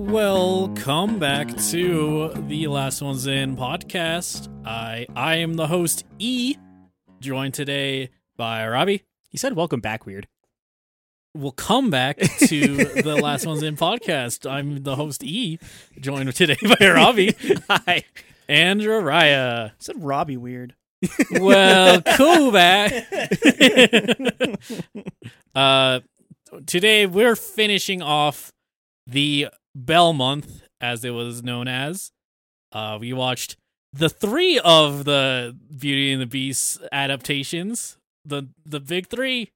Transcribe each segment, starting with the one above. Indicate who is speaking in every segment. Speaker 1: Welcome back to the Last Ones In podcast. I I am the host E, joined today by Robbie.
Speaker 2: He said, "Welcome back, weird."
Speaker 1: We'll come back to the Last Ones In podcast. I'm the host E, joined today by Robbie
Speaker 2: Hi.
Speaker 1: and Raya.
Speaker 3: said Robbie weird.
Speaker 1: Well, cool back. uh, today we're finishing off the Bell Month, as it was known as. Uh, we watched the three of the Beauty and the Beast adaptations. The the big three.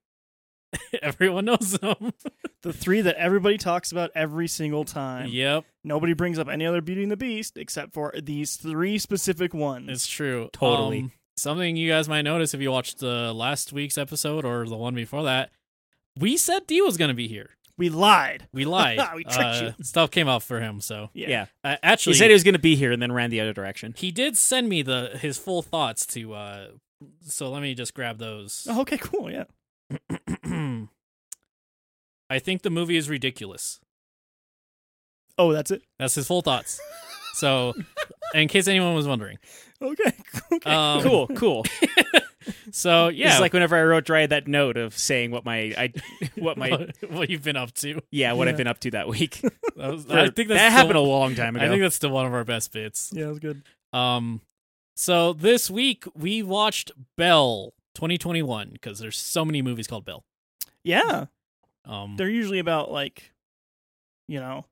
Speaker 1: Everyone knows them.
Speaker 3: The three that everybody talks about every single time.
Speaker 1: yep,
Speaker 3: Nobody brings up any other Beauty and the Beast except for these three specific ones.
Speaker 1: it's true.
Speaker 2: Totally.
Speaker 1: Um, something you guys might notice if you watched the last week's episode or the one before that. We said D was going to be here.
Speaker 3: we lied.
Speaker 1: We lied. Uh,
Speaker 3: We tricked you.
Speaker 1: Stuff came out for him, so
Speaker 3: Yeah.
Speaker 2: Yeah.
Speaker 1: uh,
Speaker 2: He
Speaker 1: actually,
Speaker 2: said he was going to be here and then ran the other direction.
Speaker 1: he did send me the his full thoughts to. uh So let me just grab those.
Speaker 3: Oh, okay, cool. Yeah.
Speaker 1: I think the movie is ridiculous.
Speaker 3: Oh, that's it.
Speaker 1: That's his full thoughts. So, in case anyone was wondering,
Speaker 3: Okay. okay.
Speaker 1: Um,
Speaker 2: cool, cool.
Speaker 1: so yeah,
Speaker 2: It's like whenever I wrote Dry that note of saying what my I what my
Speaker 1: what, what you've been up to.
Speaker 2: yeah, what
Speaker 3: Yeah.
Speaker 2: I've been up to that week.
Speaker 1: That was- I think that's
Speaker 2: that
Speaker 1: still-
Speaker 2: happened a long time ago.
Speaker 1: I think that's still one of our best bits.
Speaker 3: yeah, that was good.
Speaker 1: Um, so this week we watched Bell 2021 because there's so many movies called Bell.
Speaker 3: Yeah.
Speaker 1: Um,
Speaker 3: They're usually about like you know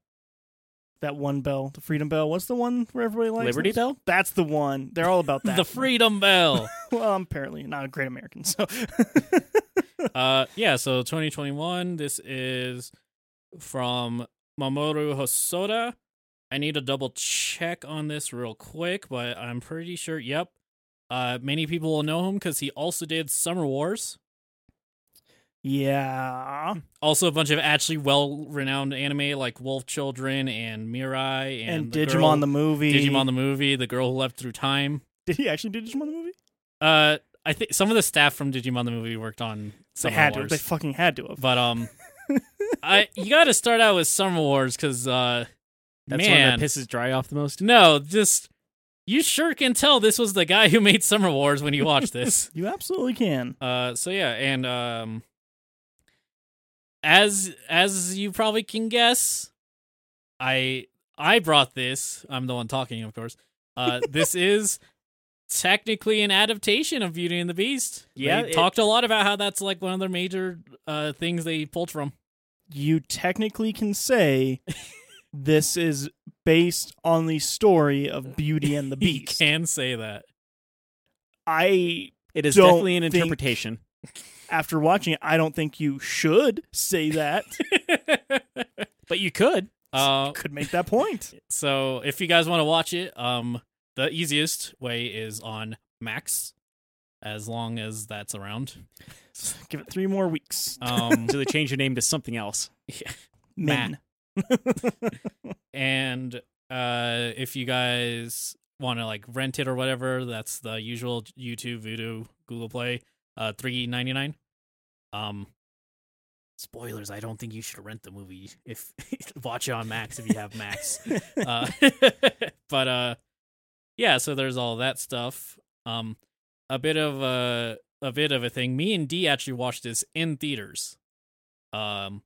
Speaker 3: that one bell, the freedom bell. What's the one where everybody likes?
Speaker 2: Liberty
Speaker 3: those?
Speaker 2: Bell?
Speaker 3: That's the one. They're all about that.
Speaker 1: the Freedom Bell.
Speaker 3: Well, I'm apparently not a great American, so
Speaker 1: uh, yeah, so 2021. This is from Mamoru Hosoda. I need to double check on this real quick, but I'm pretty sure. Yep. Uh, many people will know him because he also did Summer Wars.
Speaker 3: Yeah.
Speaker 1: Also, a bunch of actually well-renowned anime like Wolf Children and Mirai and,
Speaker 3: And, Digimon
Speaker 1: girl-
Speaker 3: the movie.
Speaker 1: Digimon the movie, The Girl Who Left Through Time.
Speaker 3: Did he actually do Digimon the movie?
Speaker 1: Uh, I think some of the staff from Digimon the movie worked on Summer
Speaker 3: they had
Speaker 1: Wars.
Speaker 3: to. They fucking had to have.
Speaker 1: But um, I you got to start out with Summer Wars because uh,
Speaker 2: that's
Speaker 1: man,
Speaker 2: one that pisses Dry off the most.
Speaker 1: no, just you sure can tell this was the guy who made Summer Wars when you watch this.
Speaker 3: You absolutely can.
Speaker 1: uh, so yeah, and um, as as you probably can guess, I I brought this. I'm the one talking, of course. Uh, this is technically an adaptation of Beauty and the Beast.
Speaker 2: Yeah,
Speaker 1: they
Speaker 2: it-
Speaker 1: talked a lot about how that's like one of their major uh things they pulled from.
Speaker 3: You technically can say this is based on the story of Beauty and the Beast.
Speaker 1: You can say that.
Speaker 3: I,
Speaker 2: It is
Speaker 3: Don't
Speaker 2: definitely an
Speaker 3: think-
Speaker 2: interpretation.
Speaker 3: after watching it, I don't think you should say that.
Speaker 2: But you could.
Speaker 1: uh,
Speaker 3: Could make that point.
Speaker 1: so if you guys want to watch it, um, the easiest way is on Max, as long as that's around.
Speaker 3: Give it three more weeks.
Speaker 1: Um,
Speaker 2: So they changed your name to something else.
Speaker 3: Men.
Speaker 1: and uh, if you guys want to like rent it or whatever, that's the usual YouTube, Voodoo, Google Play, uh, three ninety nine. Um, spoilers. I don't think you should rent the movie if watch it on Max if you have Max. uh, but uh yeah so there's all that stuff um a bit of a a bit of a thing me and d actually watched this in theaters um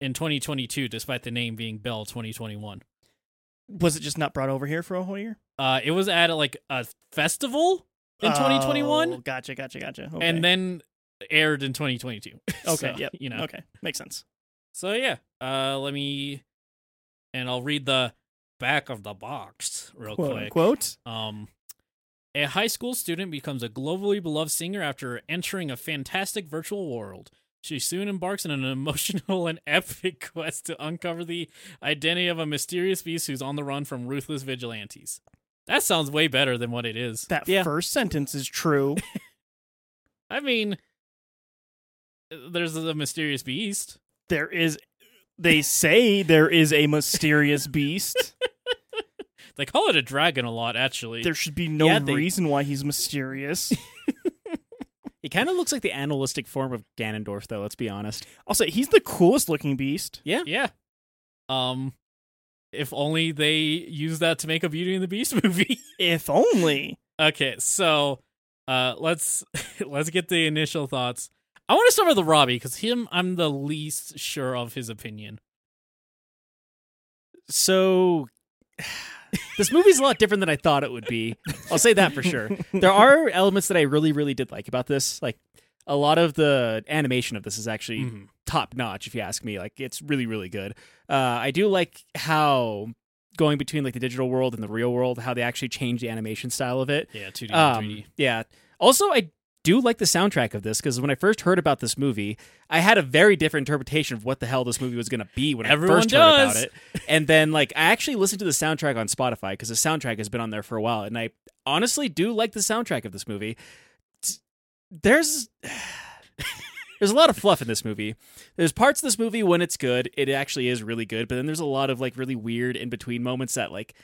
Speaker 1: in 2022 despite the name being bell 2021
Speaker 3: Was it just not brought over here for a whole year?
Speaker 1: uh it was at like a festival in 2021
Speaker 3: Oh, gotcha, gotcha, gotcha. Okay.
Speaker 1: and then aired in 2022
Speaker 3: okay,
Speaker 1: So,
Speaker 3: yep.
Speaker 1: you know
Speaker 3: Okay, makes sense.
Speaker 1: So yeah, uh, let me, and I'll read the back of the box real
Speaker 3: Quote
Speaker 1: quick.
Speaker 3: unquote.
Speaker 1: Um, a high school student becomes a globally beloved singer after entering a fantastic virtual world. She soon embarks on an emotional and epic quest to uncover the identity of a mysterious beast who's on the run from ruthless vigilantes. That sounds way better than what it is.
Speaker 3: That
Speaker 2: Yeah.
Speaker 3: first sentence is true.
Speaker 1: I mean, there's a mysterious beast.
Speaker 3: there is they say there is a mysterious beast.
Speaker 1: They call it a dragon a lot, actually.
Speaker 3: There should be no
Speaker 2: Yeah, they-
Speaker 3: reason why he's mysterious.
Speaker 2: It kind of looks like the animalistic form of Ganondorf, though. Let's be honest.
Speaker 3: I'll say he's the coolest looking beast.
Speaker 1: Yeah. Um If only they use that to make a Beauty and the Beast movie.
Speaker 3: If only.
Speaker 1: okay, so uh, let's let's get the initial thoughts. I want to start with Robbie because him, I'm the least sure of his opinion.
Speaker 2: So this movie's a lot different than I thought it would be. I'll say that for sure. There are elements that I really, really did like about this. Like a lot of the animation of this is actually
Speaker 1: Mhm.
Speaker 2: top notch, if you ask me. Like it's really, really good. Uh, I do like how going between like the digital world and the real world, how they actually change the animation style of it.
Speaker 1: Yeah, 2D,
Speaker 2: Um,
Speaker 1: 3D.
Speaker 2: yeah. Also, I do like the soundtrack of this because when I first heard about this movie, I had a very different interpretation of what the hell this movie was going to be when
Speaker 1: Everyone
Speaker 2: I first
Speaker 1: does.
Speaker 2: heard about it. And then, like, I actually listened to the soundtrack on Spotify because the soundtrack has been on there for a while, and I honestly do like the soundtrack of this movie. It's- There's there's a lot of fluff in this movie. There's parts of this movie when it's good, it actually is really good, but then there's a lot of like really weird in between moments that like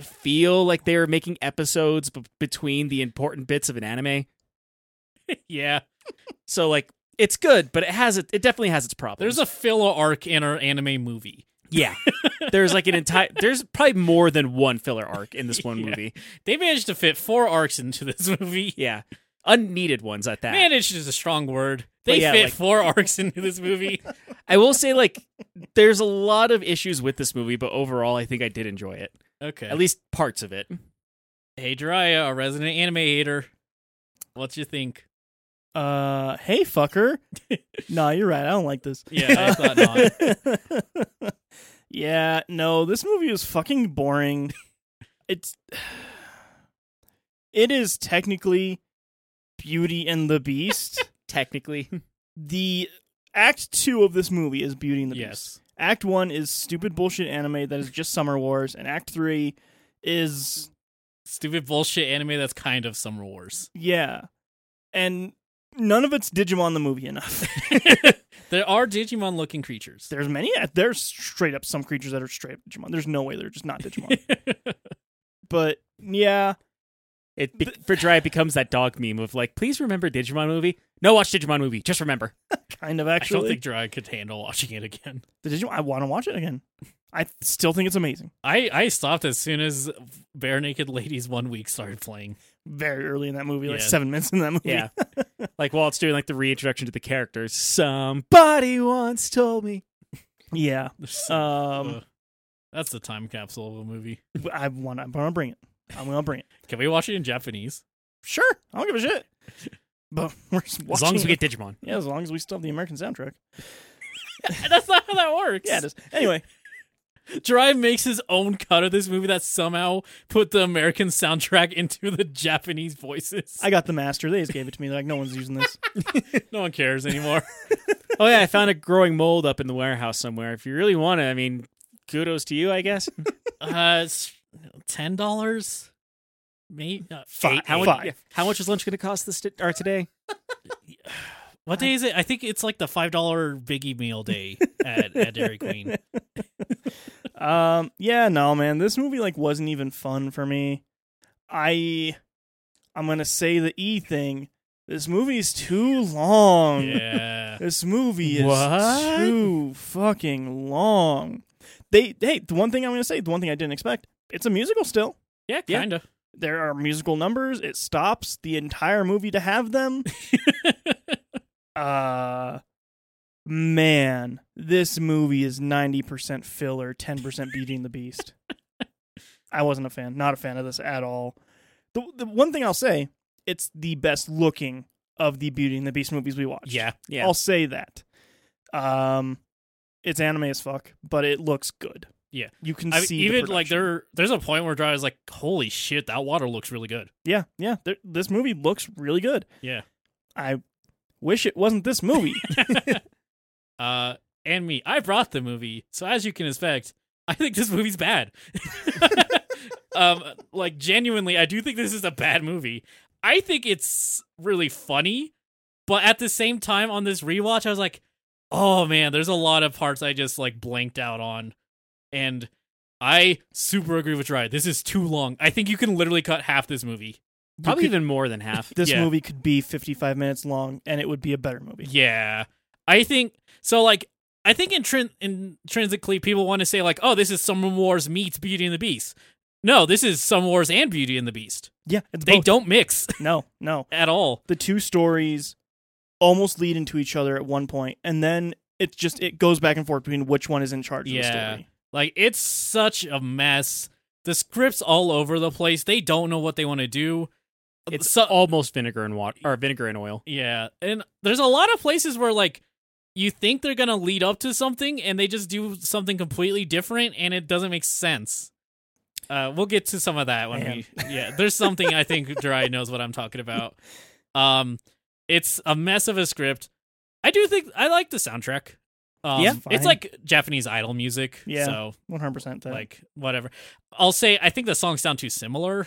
Speaker 2: feel like they're making episodes b- between the important bits of an anime.
Speaker 1: Yeah,
Speaker 2: So like it's good, but it has it, it definitely has its problems.
Speaker 1: there's a filler arc in our anime movie.
Speaker 2: yeah. there's like an entire there's probably more than one filler arc in this one
Speaker 1: Yeah.
Speaker 2: movie.
Speaker 1: They managed to fit four arcs into this movie.
Speaker 2: Yeah. Unneeded ones at that.
Speaker 1: Managed is a strong word. They
Speaker 2: But yeah,
Speaker 1: fit
Speaker 2: like-
Speaker 1: four arcs into this movie.
Speaker 2: I will say like there's a lot of issues with this movie, but overall I think I did enjoy it.
Speaker 1: Okay.
Speaker 2: At least parts of it.
Speaker 1: hey, Jiraiya, a resident anime hater. What you think?
Speaker 3: Uh, hey, fucker. nah, you're right. I don't like this.
Speaker 1: Yeah, I thought not.
Speaker 3: yeah, no, this movie is fucking boring. It's it is technically Beauty and the Beast.
Speaker 2: Technically.
Speaker 3: the act 2 of this movie is Beauty and the Beast.
Speaker 1: Yes.
Speaker 3: Act 1 is stupid bullshit anime that is just Summer Wars and act 3 is
Speaker 1: Stupid bullshit anime that's kind of Summer Wars.
Speaker 3: yeah. And none of it's Digimon the movie enough.
Speaker 1: There are Digimon looking creatures.
Speaker 3: There's many. There's straight up some creatures that are straight up Digimon. There's no way they're just not Digimon. but yeah,
Speaker 2: It be- for Dry it becomes that dog meme of like, please remember Digimon movie. No, watch Digimon movie. Just remember.
Speaker 3: kind of
Speaker 1: I don't
Speaker 3: actually.
Speaker 1: think Jiraiya could handle watching it again.
Speaker 3: the Digimon. I want to watch it again. I still think it's amazing.
Speaker 1: I, I stopped as soon as Bare Naked Ladies one week started playing.
Speaker 3: Very early in that movie, like
Speaker 1: Yeah.
Speaker 3: seven minutes in that movie.
Speaker 2: Yeah, like while it's doing like the reintroduction to the characters. Somebody once told me.
Speaker 3: yeah.
Speaker 2: Uh.
Speaker 3: Um,
Speaker 1: Ugh. uh, that's the time capsule of a movie.
Speaker 3: I want. I'm gonna bring it. I'm gonna bring it.
Speaker 1: Can we watch it in Japanese?
Speaker 3: Sure, I don't give a shit. But we're just
Speaker 2: As long as
Speaker 3: watching
Speaker 2: we
Speaker 3: it.
Speaker 2: get Digimon.
Speaker 3: yeah, as long as we still have the American soundtrack.
Speaker 1: that's not how that works.
Speaker 3: Yeah, it is. Anyway,
Speaker 1: Drive makes his own cut of this movie that somehow put the American soundtrack into the Japanese voices.
Speaker 3: I got the master. They just gave it to me. Like no one's using this.
Speaker 1: no one cares anymore.
Speaker 2: Oh yeah, I found a growing mold up in the warehouse somewhere. If you really want it, I mean, kudos to you, I guess.
Speaker 1: uh, it's ten dollars, maybe. Uh,
Speaker 3: Five.
Speaker 1: eight-
Speaker 2: How much?
Speaker 3: Five.
Speaker 2: yeah, How much is lunch going to cost this t- or today?
Speaker 1: What day is it? I think it's like the five dollar Biggie meal day at, at Dairy Queen.
Speaker 3: Um, yeah, no, man, this movie like wasn't even fun for me. I, I'm gonna say the E thing. This movie's too long.
Speaker 1: Yeah,
Speaker 3: This movie is
Speaker 2: What?
Speaker 3: too fucking long. They, hey, the one thing I'm gonna say, the one thing I didn't expect, it's a musical still.
Speaker 1: yeah,
Speaker 2: Yeah.
Speaker 1: kind of.
Speaker 3: There are musical numbers. It stops the entire movie to have them. uh, man, this movie is 90% filler, 10% Beauty and the Beast. I wasn't a fan, not a fan of this at all. The, the one thing I'll say, it's the best looking of the Beauty and the Beast movies we watched.
Speaker 1: Yeah,
Speaker 2: Yeah,
Speaker 3: I'll say that. Um, it's anime as fuck, but it looks good.
Speaker 1: Yeah.
Speaker 3: you can
Speaker 1: I mean,
Speaker 3: see the
Speaker 1: even like
Speaker 3: production.
Speaker 1: there, there's a point where Dry is like, "Holy shit, that water looks really good."
Speaker 3: Yeah, yeah. There, this movie looks really good.
Speaker 1: Yeah.
Speaker 3: I wish it wasn't this movie.
Speaker 1: Uh, and me, I brought the movie, so as you can expect, I think this movie's bad. um, like genuinely, I do think this is a bad movie. I think it's really funny, but at the same time, on this rewatch, I was like, "Oh man, there's a lot of parts I just like blanked out on," and I super agree with Dry. This is too long. I think you can literally cut half this movie.
Speaker 3: You
Speaker 2: probably
Speaker 3: could-
Speaker 2: even more than half.
Speaker 3: this
Speaker 1: yeah.
Speaker 3: movie could be 55 minutes long and it would be a better movie.
Speaker 1: Yeah. I think so like I think intrin- intrinsically people want to say like, oh, this is Summer Wars meets Beauty and the Beast. No, this is Summer Wars and Beauty and the Beast.
Speaker 3: Yeah, it's
Speaker 1: They
Speaker 3: both.
Speaker 1: don't mix
Speaker 3: No, no.
Speaker 1: at all.
Speaker 3: The two stories almost lead into each other at one point, and then it just it goes back and forth between which one is in charge of the
Speaker 1: Yeah.
Speaker 3: story.
Speaker 1: Like it's such a mess. The scripts all over the place. They don't know what they want to do.
Speaker 2: It's
Speaker 1: So-
Speaker 2: almost vinegar and water or vinegar and oil.
Speaker 1: Yeah, and there's a lot of places where like you think they're gonna lead up to something, and they just do something completely different, and it doesn't make sense. Uh, we'll get to some of that when
Speaker 3: Man.
Speaker 1: we. Yeah, there's something I think Dry knows what I'm talking about. Um, it's a mess of a script. I do think I like the soundtrack. Um,
Speaker 3: Yeah, fine.
Speaker 1: it's like Japanese idol music.
Speaker 3: Yeah.
Speaker 1: so
Speaker 3: One hundred percent.
Speaker 1: like whatever. I'll say I think the songs sound too similar.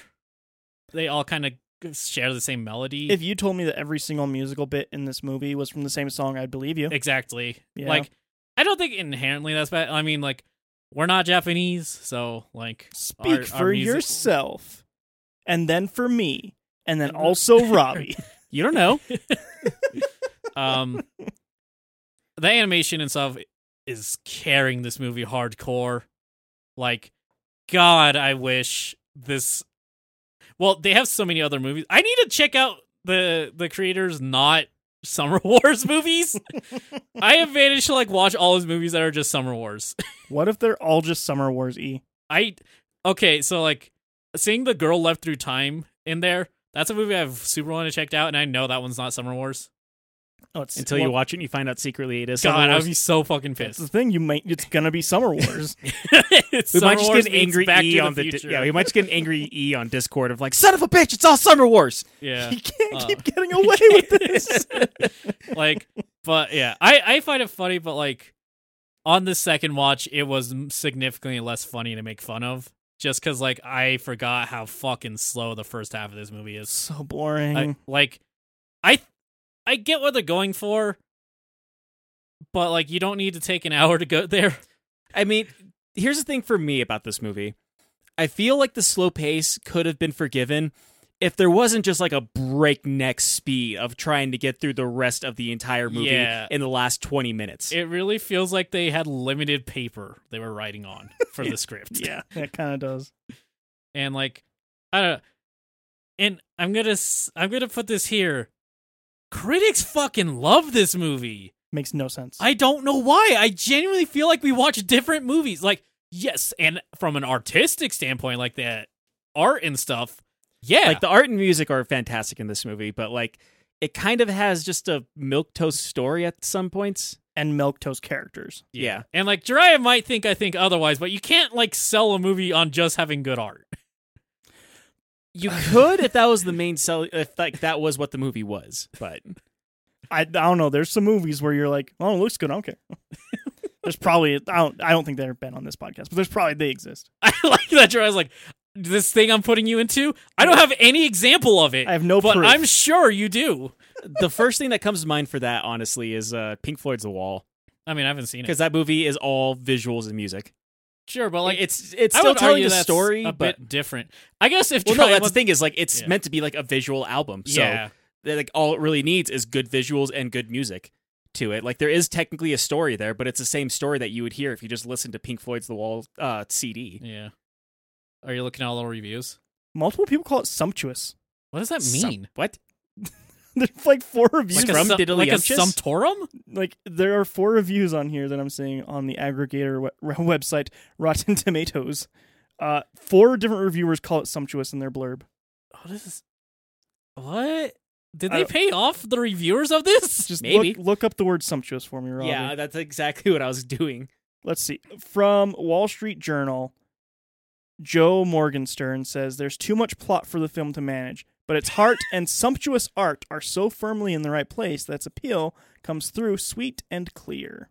Speaker 1: They all kind of share the same melody.
Speaker 3: if you told me that every single musical bit in this movie was from the same song, I'd believe you.
Speaker 1: Exactly.
Speaker 3: Yeah.
Speaker 1: Like, I don't think inherently that's bad. I mean, like, we're not Japanese, so like,
Speaker 3: Speak
Speaker 1: our- our
Speaker 3: for
Speaker 1: music-
Speaker 3: yourself, and then for me, and then
Speaker 1: And-
Speaker 3: also Robbie.
Speaker 1: you don't know. um, the animation and stuff is carrying this movie hardcore. Like, God, I wish this. Well, they have so many other movies. I need to check out the the creators, not Summer Wars movies. I have managed to like watch all his movies that are just Summer Wars.
Speaker 3: what if they're all just Summer Wars E?
Speaker 1: I okay, so like seeing the girl left through time in there. That's a movie I've super wanted to check out, and I know that one's not Summer Wars.
Speaker 3: Oh, it's
Speaker 2: Until you watch it and you find out secretly it is.
Speaker 1: God,
Speaker 2: Summer
Speaker 1: I
Speaker 2: Wars.
Speaker 1: would be so fucking
Speaker 3: That's the
Speaker 1: pissed.
Speaker 3: thing. You might. It's gonna be Summer Wars.
Speaker 1: It's
Speaker 2: we
Speaker 1: Summer
Speaker 2: might just
Speaker 1: Wars
Speaker 2: get an
Speaker 1: meets
Speaker 2: angry
Speaker 1: Back
Speaker 2: E
Speaker 1: to
Speaker 2: on
Speaker 1: the
Speaker 2: the, di-
Speaker 1: future.
Speaker 2: yeah. We might just get an angry E on Discord of like son of a bitch. It's all Summer Wars.
Speaker 1: yeah.
Speaker 3: you can't
Speaker 1: Uh,
Speaker 3: keep getting away with this.
Speaker 1: like, but yeah, I I find it funny, but like on the second watch, it was m- significantly less funny to make fun of, just because like I forgot how fucking slow the first half of this movie is.
Speaker 3: so boring.
Speaker 1: I, like i i get what they're going for but like you don't need to take an hour to go there
Speaker 2: I mean, here's the thing for me about this movie. I feel like the slow pace could have been forgiven if there wasn't just like a breakneck speed of trying to get through the rest of the entire movie
Speaker 1: Yeah.
Speaker 2: in the last 20 minutes.
Speaker 1: it really feels like they had limited paper they were writing on for the script
Speaker 3: yeah, it kind of does.
Speaker 1: and like i don't know and i'm gonna s- i'm gonna put this here critics fucking love this movie
Speaker 3: Makes no sense.
Speaker 1: I don't know why. I genuinely feel like we watch different movies. Like, yes, and from an artistic standpoint, like that art and stuff. Yeah,
Speaker 2: Like the art and music are fantastic in this movie, but like it kind of has just a milk toast story at some points.
Speaker 3: and milk toast characters.
Speaker 2: Yeah.
Speaker 1: And like Jiraiya might think I think otherwise, but you can't like sell a movie on just having good art.
Speaker 2: You could if that was the main sell if like that was what the movie was, but
Speaker 3: I, I don't know. There's some movies where you're like, oh, it looks good. I don't care. there's probably I don't I don't think they've been on this podcast, but there's probably they exist.
Speaker 1: I like that Jiraiya's like, this thing I'm putting you into, I don't have any example of it.
Speaker 3: I have no
Speaker 1: but
Speaker 3: proof.
Speaker 1: I'm sure you do.
Speaker 2: the first thing that comes to mind for that honestly is uh Pink Floyd's The Wall.
Speaker 1: I mean, I haven't seen it.
Speaker 2: because that movie is all visuals and music.
Speaker 1: Sure, but like
Speaker 2: it's it's
Speaker 1: I
Speaker 2: still
Speaker 1: would
Speaker 2: telling
Speaker 1: argue
Speaker 2: the
Speaker 1: that's
Speaker 2: story,
Speaker 1: a
Speaker 2: but
Speaker 1: bit different. I guess if
Speaker 2: well, no,
Speaker 1: Jiraiya
Speaker 2: that's the
Speaker 1: was-
Speaker 2: thing is like it's
Speaker 1: Yeah.
Speaker 2: meant to be like a visual album. So
Speaker 1: yeah,
Speaker 2: that, like all it really needs is good visuals and good music to it. Like there is technically a story there, but it's the same story that you would hear if you just listened to Pink Floyd's The Wall uh, CD.
Speaker 1: yeah. Are you looking at all the reviews?
Speaker 3: Multiple people call it sumptuous.
Speaker 1: What does that
Speaker 2: Some-
Speaker 1: mean?
Speaker 2: what?
Speaker 3: There's like four
Speaker 1: Like
Speaker 3: reviews. Like,
Speaker 1: a,
Speaker 2: From
Speaker 1: sum- like a
Speaker 2: Diddlyumptious?
Speaker 1: sumptorum?
Speaker 3: there are four reviews on here that I'm seeing on the aggregator we- website Rotten Tomatoes. Uh, four different reviewers call it sumptuous in their blurb.
Speaker 1: Oh, this is what? Did
Speaker 3: I
Speaker 1: they
Speaker 3: don't-
Speaker 1: pay off the reviewers of this?
Speaker 3: Just
Speaker 2: Maybe.
Speaker 3: look, look up the word sumptuous for me, Robbie.
Speaker 2: Yeah, that's exactly what I was doing.
Speaker 3: let's see from wall street journal joe morgenstern says there's too much plot for the film to manage but its heart and sumptuous art are so firmly in the right place that its appeal comes through sweet and clear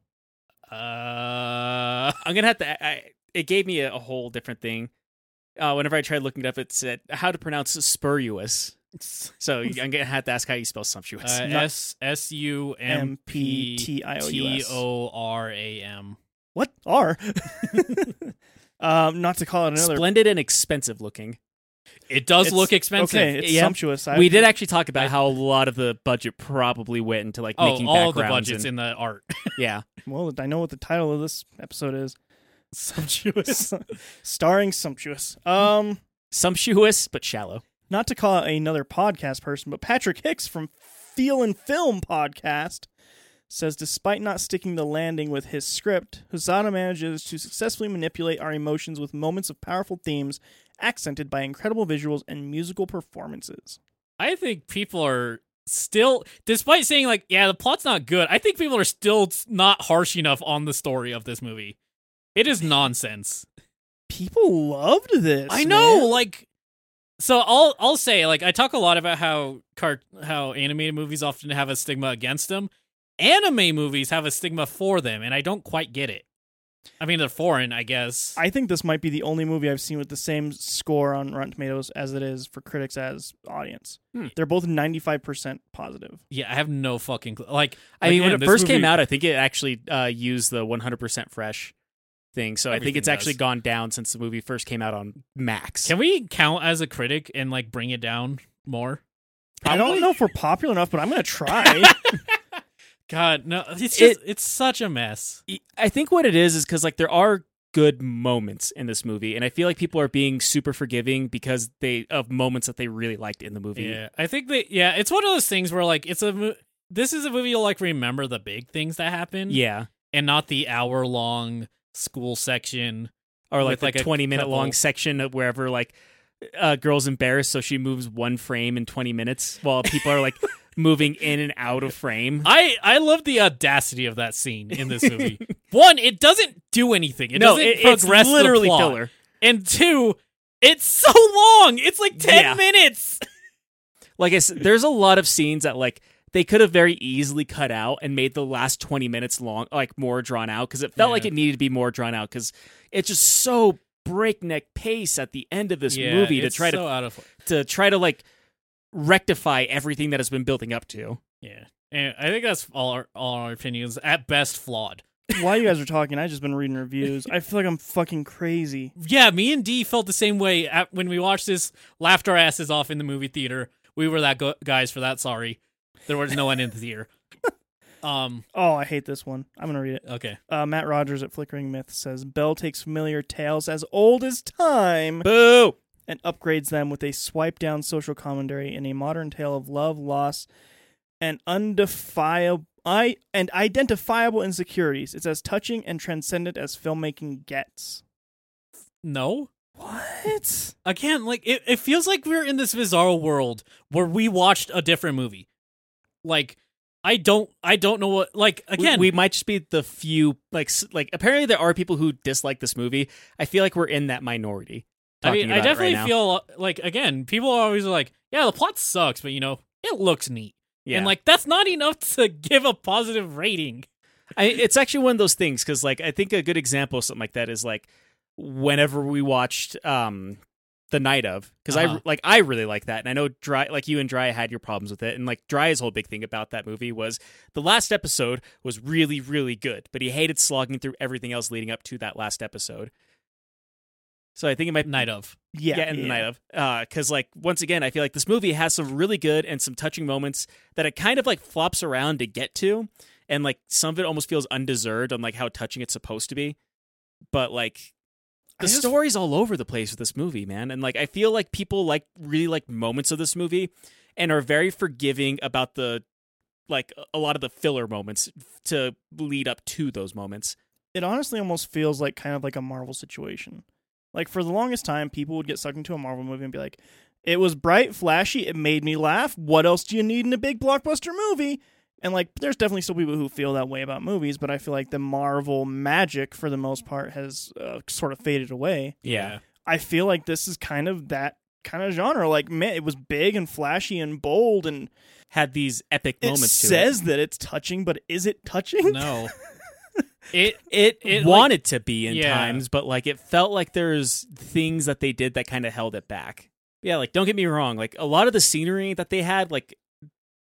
Speaker 1: Uh,
Speaker 2: I'm gonna have to. I, it gave me a, a whole different thing. Uh, whenever I tried looking it up, it said how to pronounce spurious. So I'm gonna have to ask how you spell sumptuous.
Speaker 3: not-
Speaker 1: Uh, S S U M P T
Speaker 3: M.P.T.I.O.U.S..
Speaker 1: O R A M.
Speaker 3: what are um not to call it another
Speaker 2: splendid and expensive looking.
Speaker 1: It does
Speaker 3: It's-
Speaker 1: look expensive.
Speaker 3: okay it's
Speaker 2: Yeah.
Speaker 3: sumptuous I,
Speaker 2: we did actually talk about
Speaker 1: I-
Speaker 2: how a lot of the budget probably went into like
Speaker 1: oh,
Speaker 2: making
Speaker 1: all the
Speaker 2: backgrounds
Speaker 1: budgets
Speaker 2: and,
Speaker 1: in the art.
Speaker 2: yeah.
Speaker 3: Well, I know what the title of this episode is.
Speaker 1: Sumptuous.
Speaker 3: Starring Sumptuous. Um,
Speaker 2: Sumptuous but shallow.
Speaker 3: not to call out another podcast person, but Patrick Hicks from Feel and Film Podcast says despite not sticking the landing with his script, Hosanna manages to successfully manipulate our emotions with moments of powerful themes accented by incredible visuals and musical performances.
Speaker 1: I think people are still, despite saying like, yeah, the plot's not good. I think people are still not harsh enough on the story of this movie. It is nonsense.
Speaker 3: People loved this.
Speaker 1: I know,
Speaker 3: man.
Speaker 1: like, so I'll I'll say like I talk a lot about how cart how animated movies often have a stigma against them. Anime movies have a stigma for them, and I don't quite get it. I mean, they're foreign, I guess.
Speaker 3: I think this might be the only movie I've seen with the same score on Rotten Tomatoes as it is for critics as audience.
Speaker 2: Hmm.
Speaker 3: They're both 95% positive.
Speaker 1: yeah, I have no fucking clue. Like,
Speaker 2: I mean, when
Speaker 1: again,
Speaker 2: it
Speaker 1: this
Speaker 2: first came
Speaker 1: movie-
Speaker 2: out, I think it actually uh, used the 100% fresh thing. So I think
Speaker 1: Everything
Speaker 2: it's actually
Speaker 1: does.
Speaker 2: gone down since the movie first came out on Max.
Speaker 1: Can we count as a critic and like bring it down more?
Speaker 3: I don't know if we're popular enough, but I'm going to try.
Speaker 1: God, no. It's just
Speaker 2: It-
Speaker 1: it's such a mess.
Speaker 2: I think what it is is because like there are good moments in this movie, and I feel like people are being super forgiving because they of moments that they really liked in the movie.
Speaker 1: Yeah, I think that yeah, it's one of those things where like it's a mo- this is a movie you'll like remember the big things that happen,
Speaker 2: Yeah.
Speaker 1: and not the hour long school section.
Speaker 2: or like
Speaker 1: With,
Speaker 2: the
Speaker 1: like, a
Speaker 2: twenty minute long
Speaker 1: couple-
Speaker 2: section of wherever like a girl's embarrassed, so she moves one frame in twenty minutes while people are like moving in and out of frame.
Speaker 1: I I love the audacity of that scene in this movie. one, it doesn't do anything. It
Speaker 2: no,
Speaker 1: doesn't
Speaker 2: it, it's
Speaker 1: progress the
Speaker 2: literally
Speaker 1: plot.
Speaker 2: filler.
Speaker 1: And two, it's so long. It's like ten
Speaker 2: Yeah.
Speaker 1: minutes.
Speaker 2: Like I said, there's a lot of scenes that like they could have very easily cut out and made the last 20 minutes long like more drawn out because it felt like
Speaker 1: Yeah.
Speaker 2: it needed to be more drawn out because it's just so breakneck pace at the end of this
Speaker 1: Yeah,
Speaker 2: movie to
Speaker 1: it's
Speaker 2: try
Speaker 1: so out of
Speaker 2: to to try to like rectify everything that has been building up to
Speaker 1: yeah. And I think that's all our all our opinions at best flawed.
Speaker 3: While you guys are talking, I've just been reading reviews. I feel like I'm fucking crazy.
Speaker 1: Yeah, me and Dee felt the same way at, when we watched this. Laughed our asses off in the movie theater. We were that go- guys for that. Sorry, there was no one in the theater. Um.
Speaker 3: Oh, I hate this one. I'm going to read it.
Speaker 1: Okay.
Speaker 3: Uh, Matt Rogers at Flickering Myth says Bell takes familiar tales as old as time
Speaker 2: boo
Speaker 3: and upgrades them with a swipe down social commentary in a modern tale of love, loss, and undefiable. I and identifiable insecurities. It's as touching and transcendent as filmmaking gets.
Speaker 1: No.
Speaker 3: What?
Speaker 1: Again, like it, it feels like we're in this bizarre world where we watched a different movie. Like, I don't, I don't know what. Like
Speaker 2: We-
Speaker 1: again,
Speaker 2: we, might just be the few like s- like apparently there are people who dislike this movie i feel like we're in that minority
Speaker 1: I
Speaker 2: talking
Speaker 1: mean, I
Speaker 2: about it right
Speaker 1: definitely
Speaker 2: now.
Speaker 1: feel like again, people are always like, yeah, the plot sucks, but you know, it looks neat,
Speaker 2: yeah.
Speaker 1: and like that's not enough to give a positive rating.
Speaker 2: I, it's actually one of those things because like i think a good example of something like that is like whenever we watched um the night of because
Speaker 1: Uh-huh.
Speaker 2: i like i really like that and i know dry like you and dry had your problems with it and like dry's whole big thing about that movie was the last episode was really really good but he hated slogging through everything else leading up to that last episode so i think it might
Speaker 1: Night of.
Speaker 3: Yeah,
Speaker 2: yeah, in the
Speaker 3: yeah.
Speaker 2: night of because like once again i feel like this movie has some really good and some touching moments that it kind of like flops around to get to and like some of it almost feels undeserved on like how touching it's supposed to be but like
Speaker 3: I
Speaker 2: the
Speaker 3: just-
Speaker 2: story's all over the place with this movie man and like i feel like people like really like moments of this movie and are very forgiving about the like a lot of the filler moments to lead up to those moments
Speaker 3: it honestly almost feels like kind of like a Marvel situation. Like for the longest time, people would get sucked into a Marvel movie and be like, "It was bright, flashy, it made me laugh. What else do you need in a big blockbuster movie?" And like, there's definitely still people who feel that way about movies, but I feel like the Marvel magic, for the most part, has uh, sort of faded away. I feel like this is kind of that kind of genre. Like, man, it was big and flashy and bold, and
Speaker 2: had these epic
Speaker 3: it
Speaker 2: moments to it.
Speaker 3: says that it's touching, but is it touching?
Speaker 1: No. it it it like-
Speaker 2: wanted to be in
Speaker 1: Yeah.
Speaker 2: times, but like it felt like there's things that they did that kind of held it back. Yeah, like don't get me wrong, like a lot of the scenery that they had, like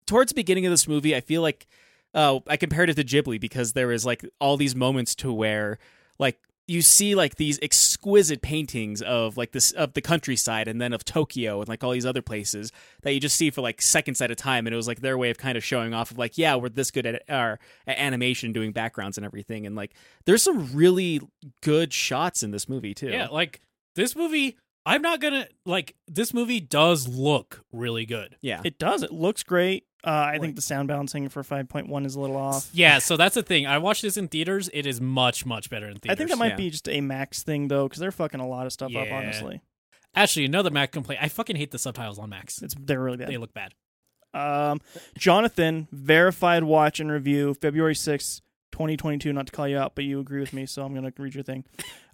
Speaker 2: towards the beginning of this movie, I feel like uh, I compared it to Ghibli because there was like all these moments to where like you see like these exquisite paintings of like this of the countryside and then of Tokyo and like all these other places that you just see for like seconds at a time and it was like their way of kind of showing off of like yeah we're this good at our at animation doing backgrounds and everything and like there's some really good shots in this movie too
Speaker 1: Yeah, like this movie, I'm not gonna like this movie does look really good.
Speaker 2: yeah
Speaker 3: It does. It looks great. Uh, I think the sound balancing for 5.1 is a little off.
Speaker 1: Yeah, so that's the thing. I watched this in theaters. It is much much better in theaters.
Speaker 3: I think that might
Speaker 2: yeah.
Speaker 3: be just a Max thing though, because they're fucking a lot of stuff up.
Speaker 1: Yeah.
Speaker 3: Honestly,
Speaker 1: actually another Mac complaint. I fucking hate the subtitles on Macs.
Speaker 3: it's they're really
Speaker 1: They
Speaker 3: bad.
Speaker 1: look bad.
Speaker 3: Um, Jonathan, verified watch and review, February sixth, twenty twenty two. Not to call you out, but you agree with me, so I'm gonna read your thing.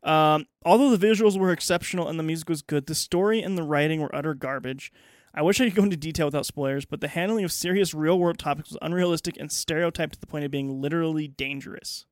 Speaker 3: Um, although the visuals were exceptional and the music was good, the story and the writing were utter garbage. I wish I could go into detail without spoilers, but the handling of serious real world topics was unrealistic and stereotyped to the point of being literally dangerous.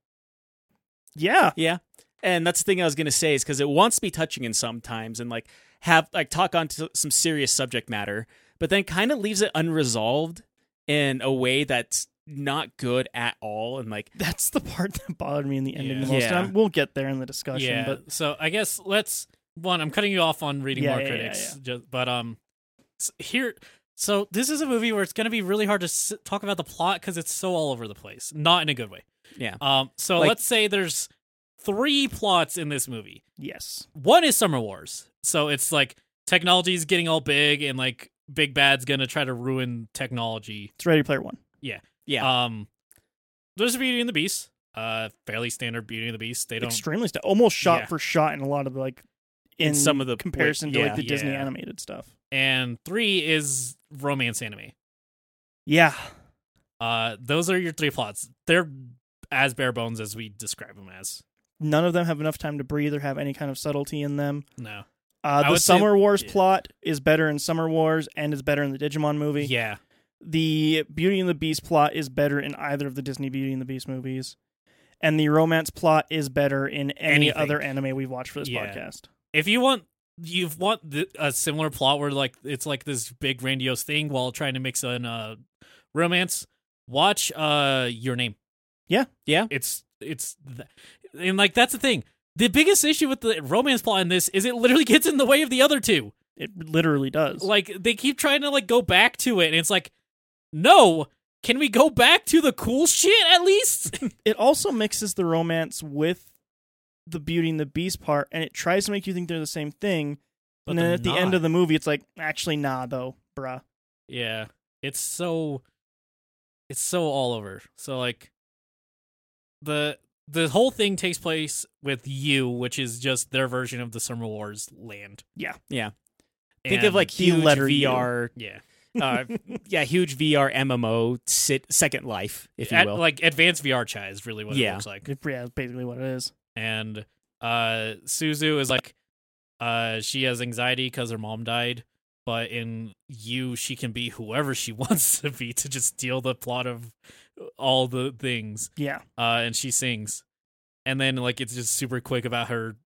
Speaker 3: Yeah,
Speaker 2: Yeah. And that's the thing I was going to say is because it wants to be touching in sometimes and like have like talk on to some serious subject matter, but then kind of leaves it unresolved in a way that's not good at all. And like,
Speaker 3: that's the part that bothered me in the ending the
Speaker 1: Yeah.
Speaker 3: most.
Speaker 2: Yeah.
Speaker 3: And I'm- we'll get there in the discussion,
Speaker 1: yeah.
Speaker 3: but
Speaker 1: so I guess let's one. I'm cutting you off on reading
Speaker 3: Yeah,
Speaker 1: more
Speaker 3: yeah, yeah,
Speaker 1: critics, Just, but um, s- here. So this is a movie where it's going to be really hard to s- talk about the plot because it's so all over the place, not in a good way.
Speaker 2: yeah,
Speaker 1: Um, so
Speaker 2: Like-
Speaker 1: let's say there's three plots in this movie.
Speaker 3: yes,
Speaker 1: One is Summer Wars. So it's like technology's getting all big, and like Big Bad's going to try to ruin technology.
Speaker 3: it's Ready Player One.
Speaker 2: Yeah.
Speaker 1: Um, there's Beauty and the Beast. Uh, fairly standard Beauty and the Beast. They don't
Speaker 3: extremely st- almost shot
Speaker 1: Yeah.
Speaker 3: for shot in a lot of like in,
Speaker 2: In some of the-
Speaker 3: comparison to like
Speaker 2: yeah,
Speaker 3: the Disney
Speaker 1: yeah.
Speaker 3: animated stuff.
Speaker 1: and three is romance anime.
Speaker 3: Yeah,
Speaker 1: Uh, those are your three plots. They're as bare bones as we describe them as.
Speaker 3: none of them have enough time to breathe or have any kind of subtlety in them.
Speaker 1: No. I
Speaker 3: Uh, the
Speaker 1: would say-
Speaker 3: Summer Wars
Speaker 1: yeah.
Speaker 3: plot is better in Summer Wars and is better in the Digimon movie.
Speaker 1: Yeah.
Speaker 3: The Beauty and the Beast plot is better in either of the Disney Beauty and the Beast movies. And the romance plot is better in any
Speaker 1: Anything.
Speaker 3: other anime we've watched for this
Speaker 1: Yeah.
Speaker 3: podcast.
Speaker 1: If you want, you want the, a similar plot where like it's like this big grandiose thing while trying to mix in uh, romance. Watch uh your name.
Speaker 3: Yeah.
Speaker 2: Yeah.
Speaker 1: It's it's th- and like that's the thing. The biggest issue with the romance plot in this is it literally gets in the way of the other two.
Speaker 3: It literally does.
Speaker 1: like they keep trying to like go back to it and it's like no can we go back to the cool shit at least
Speaker 3: it also mixes the romance with the Beauty and the Beast part, and it tries to make you think they're the same thing.
Speaker 1: But
Speaker 3: and then
Speaker 1: they're
Speaker 3: at the end
Speaker 1: not.
Speaker 3: of the movie, it's like, actually, nah, though, bruh.
Speaker 1: yeah it's so it's so all over so like the the whole thing takes place with you which is just their version of the summer wars land
Speaker 3: Yeah.
Speaker 2: Yeah. think of
Speaker 1: And-
Speaker 2: like
Speaker 3: the
Speaker 2: huge
Speaker 3: letter U.
Speaker 2: VR,
Speaker 1: yeah
Speaker 2: uh, yeah, huge VR MMO sit, Second Life, if you
Speaker 1: At-
Speaker 2: will.
Speaker 1: like advanced vr chat is really what it
Speaker 2: Yeah.
Speaker 1: looks like
Speaker 3: Yeah, that's basically what it is.
Speaker 1: and uh Suzu is like uh she has anxiety cuz her mom died but in you she can be whoever she wants to be to just steal the plot of all the things
Speaker 3: Yeah.
Speaker 1: uh and she sings and then like it's just super quick about her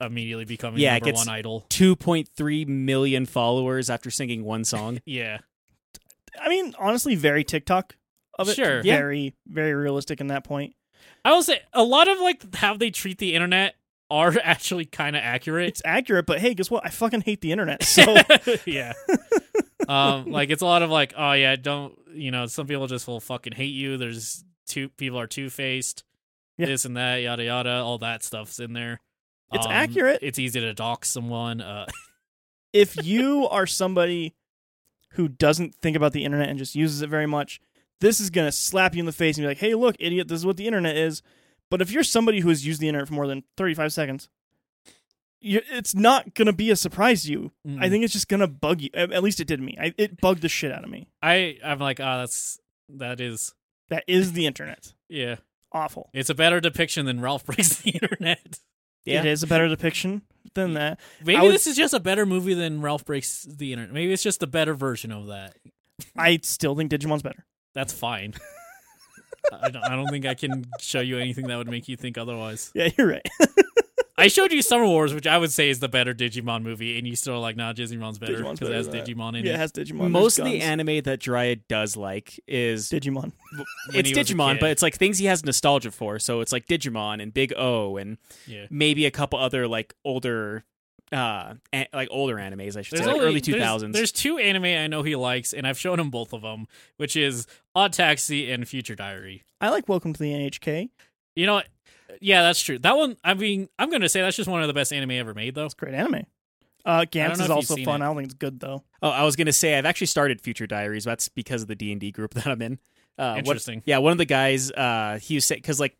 Speaker 1: immediately becoming
Speaker 2: Yeah, it
Speaker 1: number
Speaker 2: gets-
Speaker 1: one idol
Speaker 2: 2.3 million followers after singing one song.
Speaker 1: yeah
Speaker 3: I mean, honestly, very TikTok of it.
Speaker 1: Sure.
Speaker 2: Yeah.
Speaker 3: Very, very realistic in that point.
Speaker 1: i will say a lot of like how they treat the internet are actually kind of accurate
Speaker 3: It's accurate, but hey, guess what? I fucking hate the internet. So
Speaker 1: yeah. Um, like it's a lot of like, oh yeah, don't you know? Some people just will fucking hate you. There's two people are two faced,
Speaker 3: Yeah.
Speaker 1: this and that, yada yada. All that stuff's in there. Um,
Speaker 3: It's accurate.
Speaker 1: It's easy to dox someone. Uh,
Speaker 3: if you are somebody who doesn't think about the internet and just uses it very much, this is going to slap you in the face and be like, hey, look, idiot, this is what the internet is. But if you're somebody who has used the internet for more than 35 seconds, you it's not going to be a surprise to you.
Speaker 1: mm, Hmm.
Speaker 3: I think it's just going to bug you. At at least it did me. I, it bugged the shit out of me.
Speaker 1: I I'm like, ah, that's that is
Speaker 3: That is the internet.
Speaker 1: yeah.
Speaker 3: Awful.
Speaker 1: It's a better depiction than Ralph breaks the internet.
Speaker 2: Yeah.
Speaker 3: It is a better depiction than that.
Speaker 1: Maybe
Speaker 3: I would-
Speaker 1: this is just a better movie than Ralph breaks the internet. Maybe it's just the better version of that.
Speaker 3: I still think Digimon's better.
Speaker 1: That's fine. I don't, I don't think I can show you anything that would make you think otherwise.
Speaker 3: Yeah, you're right.
Speaker 1: I showed you Summer Wars, which I would say is the better Digimon movie, and you still are like, nah, Digimon's better
Speaker 3: Digimon's
Speaker 1: because it has
Speaker 3: better than that.
Speaker 1: Digimon in
Speaker 3: Yeah, it
Speaker 1: it.
Speaker 3: has Digimon. There's
Speaker 2: Most of the
Speaker 3: guns.
Speaker 2: anime that Dryad does like is
Speaker 3: Digimon.
Speaker 1: when
Speaker 2: it's
Speaker 1: he was a
Speaker 2: Digimon,
Speaker 1: kid.
Speaker 2: but it's like things he has nostalgia for. So it's like Digimon and Big O and
Speaker 1: yeah.
Speaker 2: maybe a couple other like older, uh, an- like older animes. I should
Speaker 1: There's
Speaker 2: say, like
Speaker 1: only-
Speaker 2: early two
Speaker 1: there's-
Speaker 2: thousands.
Speaker 1: There's, two anime I know he likes, and I've shown him both of them, which is Odd Taxi and Future Diary.
Speaker 3: I like Welcome to the NHK.
Speaker 1: You know, what? yeah, that's true. That one, I mean, I'm gonna say that's just one of the best anime ever made, though.
Speaker 3: It's a great anime. Uh,
Speaker 1: know
Speaker 3: Gantz
Speaker 1: if
Speaker 3: is
Speaker 1: you've
Speaker 3: also
Speaker 1: seen
Speaker 3: fun.
Speaker 1: it.
Speaker 3: I don't think it's good though.
Speaker 2: Oh, I was gonna say I've actually started Future Diaries. but That's because of the D and D group that I'm in. Uh, what-
Speaker 1: Interesting.
Speaker 2: yeah, one of the guys, uh, he was saying because like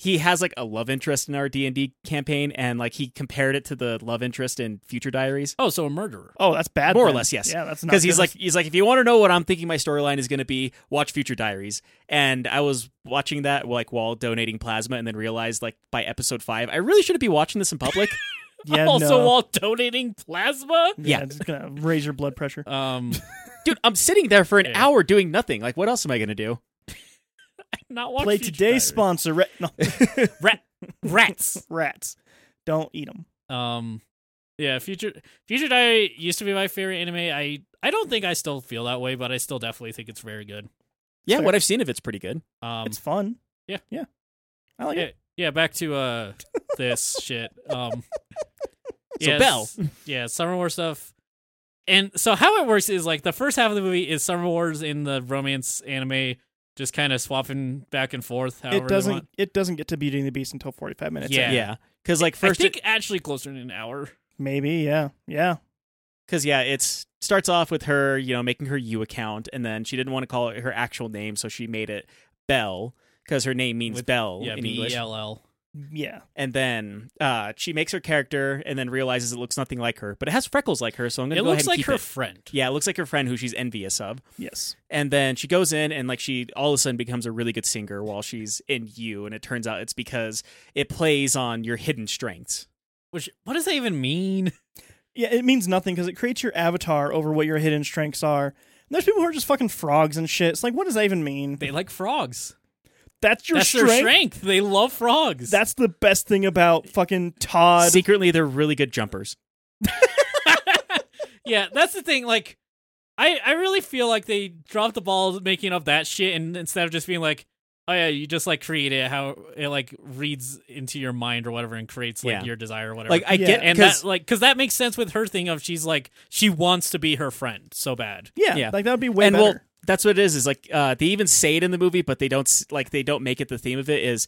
Speaker 2: he has like a love interest in our D and D campaign, and like he compared it to the love interest in Future Diaries.
Speaker 1: Oh, so a murderer.
Speaker 3: Oh, that's bad.
Speaker 2: More or
Speaker 3: then.
Speaker 2: less, yes.
Speaker 3: Yeah, that's not
Speaker 2: Because he's
Speaker 3: good.
Speaker 2: like he's like if you want to know what I'm thinking my storyline is going to be, watch Future Diaries. And I was watching that like while donating plasma, and then realized like by episode five, I really shouldn't be watching this in public.
Speaker 3: yeah,
Speaker 1: also
Speaker 3: no.
Speaker 1: Oh, while donating plasma.
Speaker 3: yeah,
Speaker 2: Yeah.
Speaker 3: it's gonna raise your blood pressure.
Speaker 1: Um,
Speaker 2: Dude, I'm sitting there for an
Speaker 1: Yeah.
Speaker 2: hour doing nothing. Like, what else am I going to do?
Speaker 1: not watch
Speaker 3: Play
Speaker 1: Future
Speaker 3: today's
Speaker 1: Diary.
Speaker 3: sponsor, rat- no,
Speaker 1: Rat, rats.
Speaker 3: rats. Don't eat them.
Speaker 1: Um, yeah, Future Future Diary used to be my favorite anime. I I don't think I still feel that way, but I still definitely think it's very good.
Speaker 2: Yeah,
Speaker 3: Fair.
Speaker 2: what I've seen of it's pretty good.
Speaker 1: Um,
Speaker 3: it's fun.
Speaker 1: yeah.
Speaker 3: yeah. I like
Speaker 1: yeah,
Speaker 3: it.
Speaker 1: yeah, back to uh this shit. Um
Speaker 2: So
Speaker 1: yes,
Speaker 2: Bell.
Speaker 1: yeah, Summer War stuff. And so how it works is like the first half of the movie is Summer Wars in the romance anime, just kind of swapping back and forth. However
Speaker 3: It
Speaker 1: they want.
Speaker 3: doesn't. It doesn't get to Beauty and the Beast until forty-five minutes.
Speaker 1: Yeah.
Speaker 3: in.
Speaker 2: Yeah, because like
Speaker 1: I
Speaker 2: first,
Speaker 1: think actually closer to an hour.
Speaker 3: maybe. Yeah, yeah.
Speaker 2: because yeah, it's starts off with her, you know, making her U account, and then she didn't want to call it her actual name, so she made it Bell because her name means
Speaker 1: With-
Speaker 2: Bell
Speaker 1: Yeah,
Speaker 2: in
Speaker 1: B
Speaker 2: English.
Speaker 1: E L L.
Speaker 3: Yeah.
Speaker 2: and then uh, she makes her character and then realizes it looks nothing like her, but it has freckles like her, so I'm gonna
Speaker 1: It
Speaker 2: go
Speaker 1: looks
Speaker 2: ahead and
Speaker 1: like
Speaker 2: keep
Speaker 1: her
Speaker 2: it.
Speaker 1: friend.
Speaker 2: yeah, it looks like her friend who she's envious of.
Speaker 3: Yes.
Speaker 2: And then she goes in and like she all of a sudden becomes a really good singer while she's in you, and it turns out it's because it plays on your hidden strengths.
Speaker 1: Which what does that even mean?
Speaker 3: Yeah. It means nothing because it creates your avatar over what your hidden strengths are. And there's people who are just fucking frogs and shit. It's like, what does that even mean?
Speaker 1: They like frogs.
Speaker 3: That's your
Speaker 1: That's
Speaker 3: strength.
Speaker 1: their strength. They love frogs.
Speaker 3: That's the best thing about fucking Todd.
Speaker 2: Secretly, they're really good jumpers.
Speaker 1: yeah, that's the thing. Like, I I really feel like they dropped the ball making up that shit, and instead of just being like, oh yeah, you just like create it how it like reads into your mind or whatever, and creates like
Speaker 2: Yeah.
Speaker 1: your desire or whatever.
Speaker 2: Like I
Speaker 3: Yeah.
Speaker 2: get
Speaker 1: and
Speaker 2: 'cause-
Speaker 1: that like because that makes sense with her thing of she's like she wants to be her friend so bad.
Speaker 3: yeah,
Speaker 2: Yeah.
Speaker 3: like that would be way
Speaker 2: and
Speaker 3: better.
Speaker 2: well, that's what it is. Is like uh, they even say it in the movie, but they don't s- like they don't make it the theme of it. Is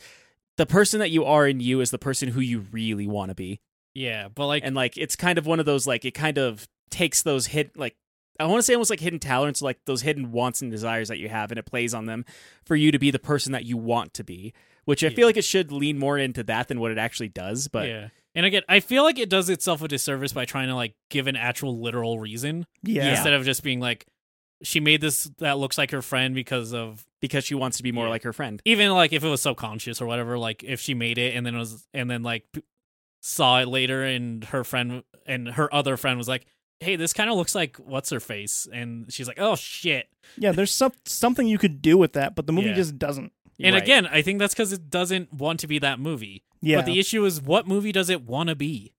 Speaker 2: the person that you are in you is the person who you really want to be.
Speaker 1: Yeah, but like
Speaker 2: and like it's kind of one of those like it kind of takes those hit like I want to say almost like hidden talents, like those hidden wants and desires that you have, and it plays on them for you to be the person that you want to be. Which I
Speaker 1: Yeah.
Speaker 2: feel like it should lean more into that than what it actually does. But
Speaker 1: yeah. And again, I feel like it does itself a disservice by trying to like give an actual literal reason
Speaker 3: yeah.
Speaker 1: instead of just being like, she made this that looks like her friend because of
Speaker 2: because she wants to be more
Speaker 1: Yeah.
Speaker 2: like her friend,
Speaker 1: even like if it was subconscious or whatever like if she made it and then it was and then like p- saw it later and her friend and her other friend was like hey this kind of looks like what's her face and she's like oh shit
Speaker 3: Yeah, there's some, something you could do with that, but the movie
Speaker 1: Yeah.
Speaker 3: just doesn't.
Speaker 1: and
Speaker 2: Right.
Speaker 1: again i think that's because it doesn't want to be that movie
Speaker 3: Yeah,
Speaker 1: but the issue is what movie does it want to be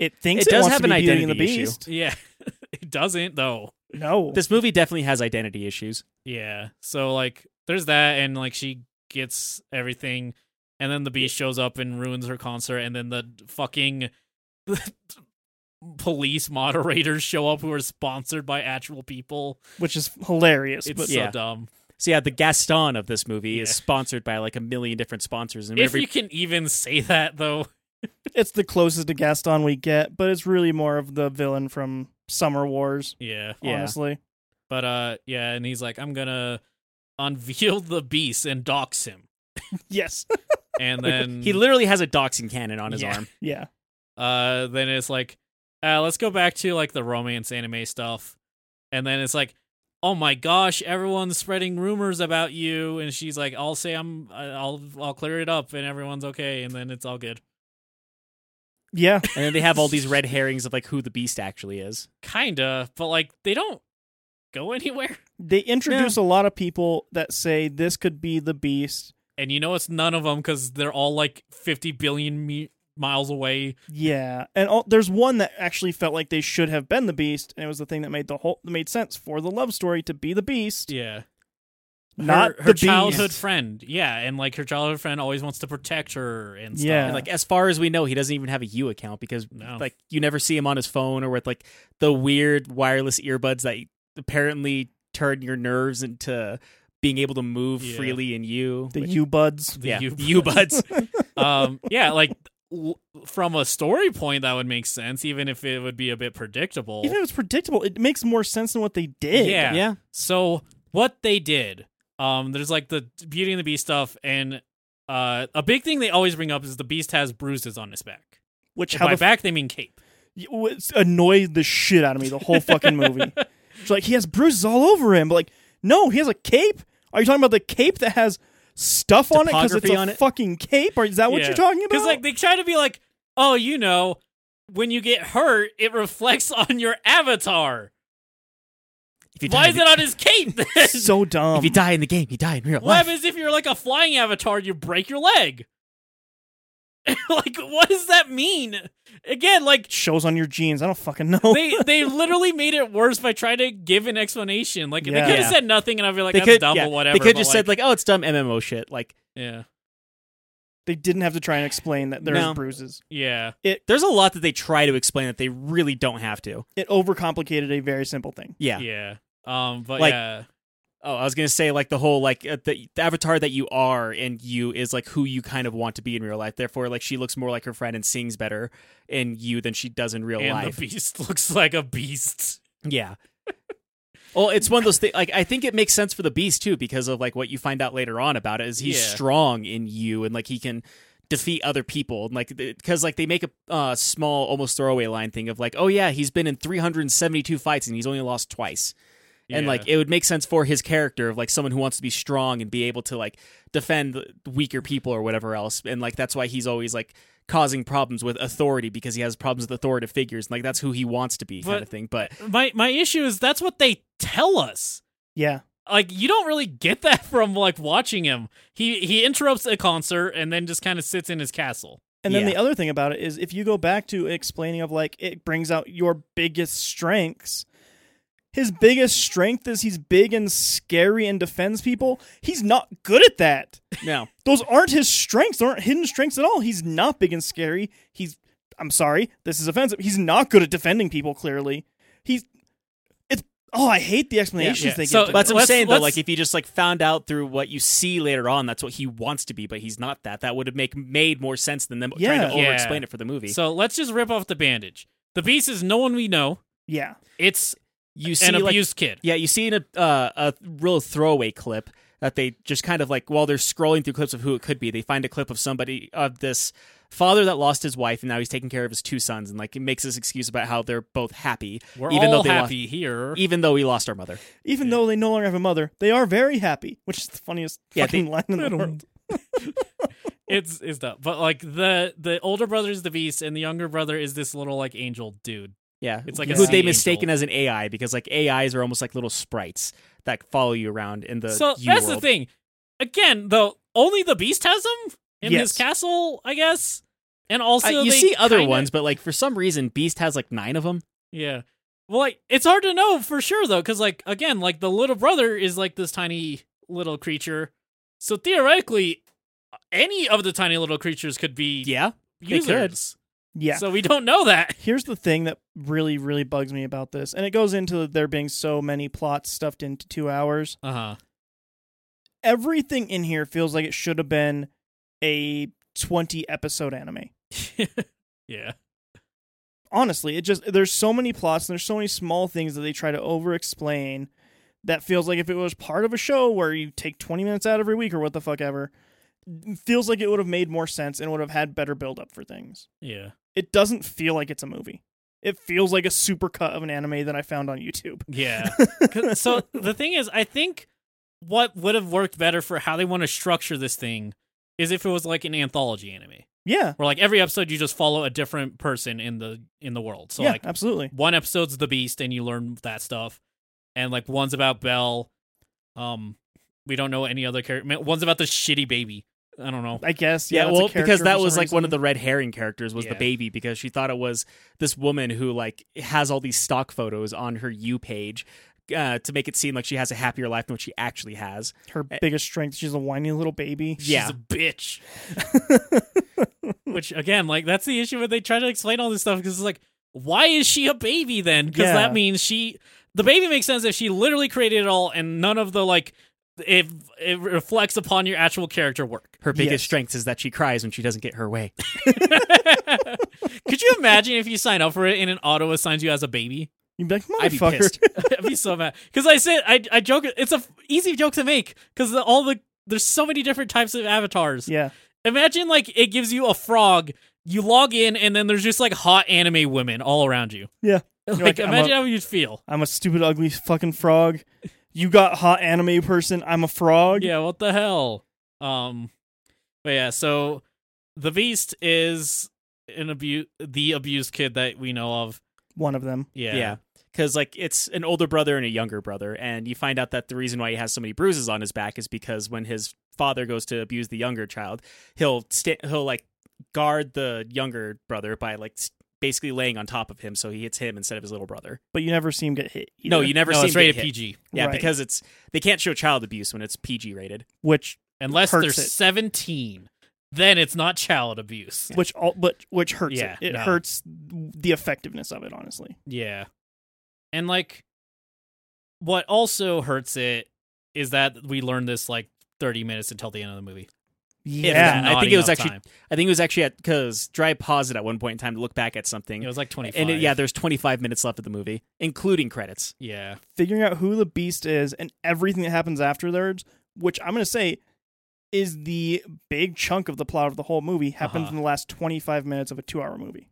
Speaker 3: it thinks
Speaker 2: It does
Speaker 3: wants
Speaker 2: have
Speaker 3: to be
Speaker 2: an
Speaker 3: Beauty and the
Speaker 2: identity issue.
Speaker 3: Beast.
Speaker 1: yeah it doesn't though
Speaker 3: No,
Speaker 2: this movie definitely has identity issues.
Speaker 1: yeah so like there's that and like she gets everything and then the beast shows up and ruins her concert and then the fucking police moderators show up who are sponsored by actual people
Speaker 3: which is hilarious.
Speaker 1: it's
Speaker 3: but
Speaker 1: so
Speaker 2: yeah.
Speaker 1: dumb
Speaker 2: So yeah, the Gaston of this movie is
Speaker 1: Yeah.
Speaker 2: sponsored by like a million different sponsors, and
Speaker 1: if
Speaker 2: every
Speaker 1: you can even say that though
Speaker 3: it's the closest to Gaston we get, but it's really more of the villain from Summer Wars.
Speaker 1: yeah
Speaker 2: Yeah.
Speaker 3: Honestly,
Speaker 1: but uh yeah and he's like i'm gonna unveil the beast and dox him
Speaker 3: yes,
Speaker 1: and then
Speaker 2: he literally has a doxing cannon on his
Speaker 1: Yeah.
Speaker 2: arm.
Speaker 3: yeah,
Speaker 1: uh then it's like uh let's go back to like the romance anime stuff and then it's like oh my gosh everyone's spreading rumors about you and she's like i'll say i'm I- i'll i'll clear it up and everyone's okay and then it's all good
Speaker 3: yeah.
Speaker 2: And then they have all these red herrings of like who the beast actually is.
Speaker 1: kinda but like they don't go anywhere
Speaker 3: They introduce a lot of people that say this could be the Beast.
Speaker 1: and you know it's none of them because they're all like 50 billion me- miles away.
Speaker 3: Yeah, and all, there's one that actually felt like they should have been the Beast, and it was the thing that made the whole that made sense for the love story to be the Beast,
Speaker 1: Yeah.
Speaker 3: not
Speaker 1: her, her
Speaker 3: the
Speaker 1: childhood
Speaker 3: Beast.
Speaker 1: friend. Yeah, and like her childhood friend always wants to protect her and stuff.
Speaker 3: Yeah.
Speaker 2: And like as far as we know, he doesn't even have a U account because
Speaker 1: No.
Speaker 2: like you never see him on his phone or with like the weird wireless earbuds that apparently turn your nerves into being able to move
Speaker 1: Yeah.
Speaker 2: freely in you.
Speaker 3: The
Speaker 2: Which-
Speaker 3: U buds.
Speaker 1: The
Speaker 2: yeah,
Speaker 1: U-
Speaker 2: the U buds.
Speaker 1: um yeah, like l- from a story point that would make sense even if it would be a bit predictable.
Speaker 3: Even if it's predictable, it makes more sense than what they did.
Speaker 1: Yeah.
Speaker 2: yeah.
Speaker 1: So what they did, um, there's like the Beauty and the Beast stuff, and uh, a big thing they always bring up is the Beast has bruises on his back.
Speaker 3: which
Speaker 1: And
Speaker 3: how
Speaker 1: by
Speaker 3: the
Speaker 1: back they mean cape.
Speaker 3: it was- annoyed the shit out of me the whole fucking movie. It's like he has bruises all over him, but like, no, he has a cape. Are you talking about the cape that has stuff on it because it's
Speaker 2: Topography
Speaker 3: a
Speaker 2: on it?
Speaker 3: fucking cape? Or is that what you're talking about?
Speaker 1: Because like they try to be like, oh, you know, when you get hurt, it reflects on your avatar.
Speaker 2: If you
Speaker 1: Why
Speaker 2: die
Speaker 1: is
Speaker 2: in
Speaker 1: it
Speaker 2: the-
Speaker 1: on his cape? Then?
Speaker 3: so dumb.
Speaker 2: if you die in the game, you die in real
Speaker 1: what
Speaker 2: life.
Speaker 1: happens if you're like a flying avatar? You break your leg. like, what does that mean? Again, like
Speaker 3: It shows on your jeans. I don't fucking know.
Speaker 1: they they literally made it worse by trying to give an explanation. Like they
Speaker 3: Yeah.
Speaker 1: could have
Speaker 2: Yeah.
Speaker 1: said nothing, and I'd be like,
Speaker 2: They
Speaker 1: "That's
Speaker 2: could,
Speaker 1: dumb
Speaker 2: yeah,
Speaker 1: or whatever."
Speaker 2: they could
Speaker 1: but,
Speaker 2: just said like, "Oh, it's dumb MMO shit." Like,
Speaker 1: "Yeah,
Speaker 3: They didn't have to try and explain that there's
Speaker 2: No.
Speaker 3: bruises.
Speaker 1: yeah,
Speaker 2: there's a lot that they try to explain that they really don't have to.
Speaker 3: It overcomplicated a very simple thing.
Speaker 2: Yeah.
Speaker 1: yeah." Um, but
Speaker 2: Like-
Speaker 1: yeah,
Speaker 2: Oh, I was gonna say like the whole like uh, the, the avatar that you are and you is like who you kind of want to be in real life. Therefore, like she looks more like her friend and sings better in you than she does in real
Speaker 1: and
Speaker 2: life.
Speaker 1: the beast looks like a beast.
Speaker 2: yeah. well, it's one of those things. Like I think it makes sense for the beast too because of like what you find out later on about it is he's
Speaker 1: Yeah.
Speaker 2: strong in you and like he can defeat other people and like because like they make a uh, small almost throwaway line thing of like oh yeah he's been in 372 fights and he's only lost twice and
Speaker 1: Yeah.
Speaker 2: like it would make sense for his character of like someone who wants to be strong and be able to like defend the weaker people or whatever else and like that's why he's always like causing problems with authority because he has problems with authoritative figures and like that's who he wants to be kind
Speaker 1: But-
Speaker 2: of thing but
Speaker 1: my my issue is that's what they tell us.
Speaker 3: Yeah.
Speaker 1: Like you don't really get that from like watching him. He he interrupts a concert and then just kind of sits in his castle.
Speaker 3: And then
Speaker 2: Yeah.
Speaker 3: the other thing about it is if you go back to explaining of like it brings out your biggest strengths. His biggest strength is he's big and scary and defends people. He's not good at that.
Speaker 2: no
Speaker 3: Those aren't his strengths. They aren't hidden strengths at all. He's not big and scary. He's I'm sorry, this is offensive. He's not good at defending people clearly. He's it's oh, I hate the explanations
Speaker 1: yeah.
Speaker 3: they
Speaker 1: So-
Speaker 3: give. to
Speaker 2: but that's what I'm
Speaker 1: Let's-
Speaker 2: saying though
Speaker 1: let's-
Speaker 2: like if you just like found out through what you see later on that's what he wants to be but he's not that that would have make made more sense than them trying to
Speaker 1: Yeah.
Speaker 2: over explain it for the movie
Speaker 1: So let's just rip off the bandage. The beast is no one we know.
Speaker 3: yeah.
Speaker 1: It's
Speaker 2: you see
Speaker 1: an
Speaker 2: like,
Speaker 1: abused kid.
Speaker 2: Yeah, you see in a uh, a real throwaway clip that they just kind of like while they're scrolling through clips of who it could be, they find a clip of somebody of this father that lost his wife and now he's taking care of his two sons and like it makes this excuse about how they're both happy
Speaker 1: We're
Speaker 2: even
Speaker 1: all
Speaker 2: though they
Speaker 1: happy here.
Speaker 2: lost, even though we lost our mother.
Speaker 3: Even though they no longer have a mother, they are very happy, which is the funniest
Speaker 2: Yeah,
Speaker 3: fucking
Speaker 2: they-
Speaker 3: line in
Speaker 1: I
Speaker 3: the
Speaker 1: don't-
Speaker 3: world.
Speaker 1: it's it's that but like the the older brother is the beast and the younger brother is this little like angel dude
Speaker 2: Yeah,
Speaker 1: It's like
Speaker 3: a
Speaker 2: who
Speaker 3: sea
Speaker 2: they
Speaker 1: angel.
Speaker 2: mistaken as an AI because like AIs are almost like little sprites that follow you around in the
Speaker 1: so
Speaker 2: you
Speaker 1: that's
Speaker 2: world.
Speaker 1: the thing again though only the beast has them in his
Speaker 3: Yes.
Speaker 1: castle i guess and
Speaker 2: Uh,
Speaker 1: also
Speaker 2: you
Speaker 1: they
Speaker 2: see other
Speaker 1: kinda-
Speaker 2: ones, but like for some reason, Beast has like nine of them.
Speaker 1: yeah well like it's hard to know for sure though because like again like the little brother is like this tiny little creature so theoretically any of the tiny little creatures could be
Speaker 2: Yeah, they could.
Speaker 1: users
Speaker 3: Yeah.
Speaker 1: so we don't know that
Speaker 3: Here's the thing that really, really bugs me about this, and it goes into there being so many plots stuffed into two hours.
Speaker 1: uh-huh
Speaker 3: Everything in here feels like it should have been a 20 episode anime.
Speaker 1: yeah
Speaker 3: Honestly, it just there's so many plots and there's so many small things that they try to over explain that feels like if it was part of a show where you take 20 minutes out every week or what the fuck ever, feels like it would have made more sense and would have had better build up for things.
Speaker 1: yeah
Speaker 3: It doesn't feel like it's a movie. It feels like a supercut of an anime that I found on YouTube.
Speaker 1: Yeah. 'Cause- so the thing is, I think what would have worked better for how they want to structure this thing is if it was like an anthology anime,
Speaker 3: Yeah.
Speaker 1: where like every episode you just follow a different person in the in the world. So
Speaker 3: yeah,
Speaker 1: like
Speaker 3: absolutely.
Speaker 1: one episode's the Beast, and you learn that stuff, and like one's about Belle. Um, we don't know any other character. One's about the shitty baby. I don't know.
Speaker 3: I guess. Yeah,
Speaker 2: Yeah,
Speaker 3: that's a
Speaker 2: well, because
Speaker 3: character
Speaker 2: that
Speaker 3: for
Speaker 2: was
Speaker 3: some
Speaker 2: like one of
Speaker 3: reason.
Speaker 2: the red herring characters was the
Speaker 1: Yeah.
Speaker 2: baby because she thought it was this woman who like has all these stock photos on her you page uh, to make it seem like she has a happier life than what she actually has.
Speaker 3: her biggest strength. She's a whiny little baby.
Speaker 2: yeah.
Speaker 1: She's a bitch. Which again, like that's the issue when they try to explain all this stuff because it's like, why is she a baby then? Because
Speaker 3: Yeah.
Speaker 1: that means she, the baby makes sense if she literally created it all and none of the like, if it reflects upon your actual character work.
Speaker 2: Her biggest
Speaker 3: Yes.
Speaker 2: strength is that she cries when she doesn't get her way.
Speaker 1: Could you imagine if you sign up for it and an auto assigns you as a baby?
Speaker 3: You'd be like,
Speaker 2: I'd be
Speaker 3: motherfucker.
Speaker 2: pissed.
Speaker 1: I'd be so mad because I said I I joke it's a f- easy joke to make because all the there's so many different types of avatars.
Speaker 3: yeah,
Speaker 1: Imagine like it gives you a frog, you log in, and then there's just like hot anime women all around you.
Speaker 3: yeah. You're
Speaker 1: Like,
Speaker 3: I'm
Speaker 1: imagine
Speaker 3: a-
Speaker 1: how you'd feel.
Speaker 3: I'm a stupid, ugly fucking frog. You got hot anime person. I'm a frog.
Speaker 1: Yeah, what the hell? Um, but yeah, so the beast is an abu- the abused kid that we know of.
Speaker 3: One of them.
Speaker 1: Yeah,
Speaker 2: Yeah. Because like it's an older brother and a younger brother, and you find out that the reason why he has so many bruises on his back is because when his father goes to abuse the younger child, he'll sta he he'll like guard the younger brother by like s basically laying on top of him, so he hits him instead of his little brother.
Speaker 3: But you never see him get hit. Either,
Speaker 2: No, you never
Speaker 1: no,
Speaker 2: see
Speaker 1: it's
Speaker 2: him get
Speaker 1: rated
Speaker 2: hit.
Speaker 1: PG
Speaker 2: Yeah,
Speaker 3: Right.
Speaker 2: because it's they can't show child abuse when it's PG rated.
Speaker 3: which
Speaker 1: unless
Speaker 3: Hurts
Speaker 1: they're
Speaker 3: it.
Speaker 1: 17. Then it's not child abuse.
Speaker 3: which all but which hurts.
Speaker 1: Yeah,
Speaker 3: it, it
Speaker 1: no.
Speaker 3: hurts the effectiveness of it. Honestly,
Speaker 1: Yeah. And like what also hurts it is that we learned this like 30 minutes until the end of the movie.
Speaker 3: yeah.
Speaker 1: Not
Speaker 2: I think it was
Speaker 1: enough
Speaker 2: actually-
Speaker 1: time.
Speaker 2: I think it was actually at because Dry paused it at one point in time to look back at something,
Speaker 1: it was like 25.
Speaker 2: and it, yeah, there's 25 minutes left of the movie, including credits.
Speaker 1: yeah.
Speaker 3: Figuring out who the beast is and everything that happens afterwards, which I'm gonna say is the big chunk of the plot of the whole movie, happens
Speaker 1: Uh-huh.
Speaker 3: in the last 25 minutes of a two-hour movie.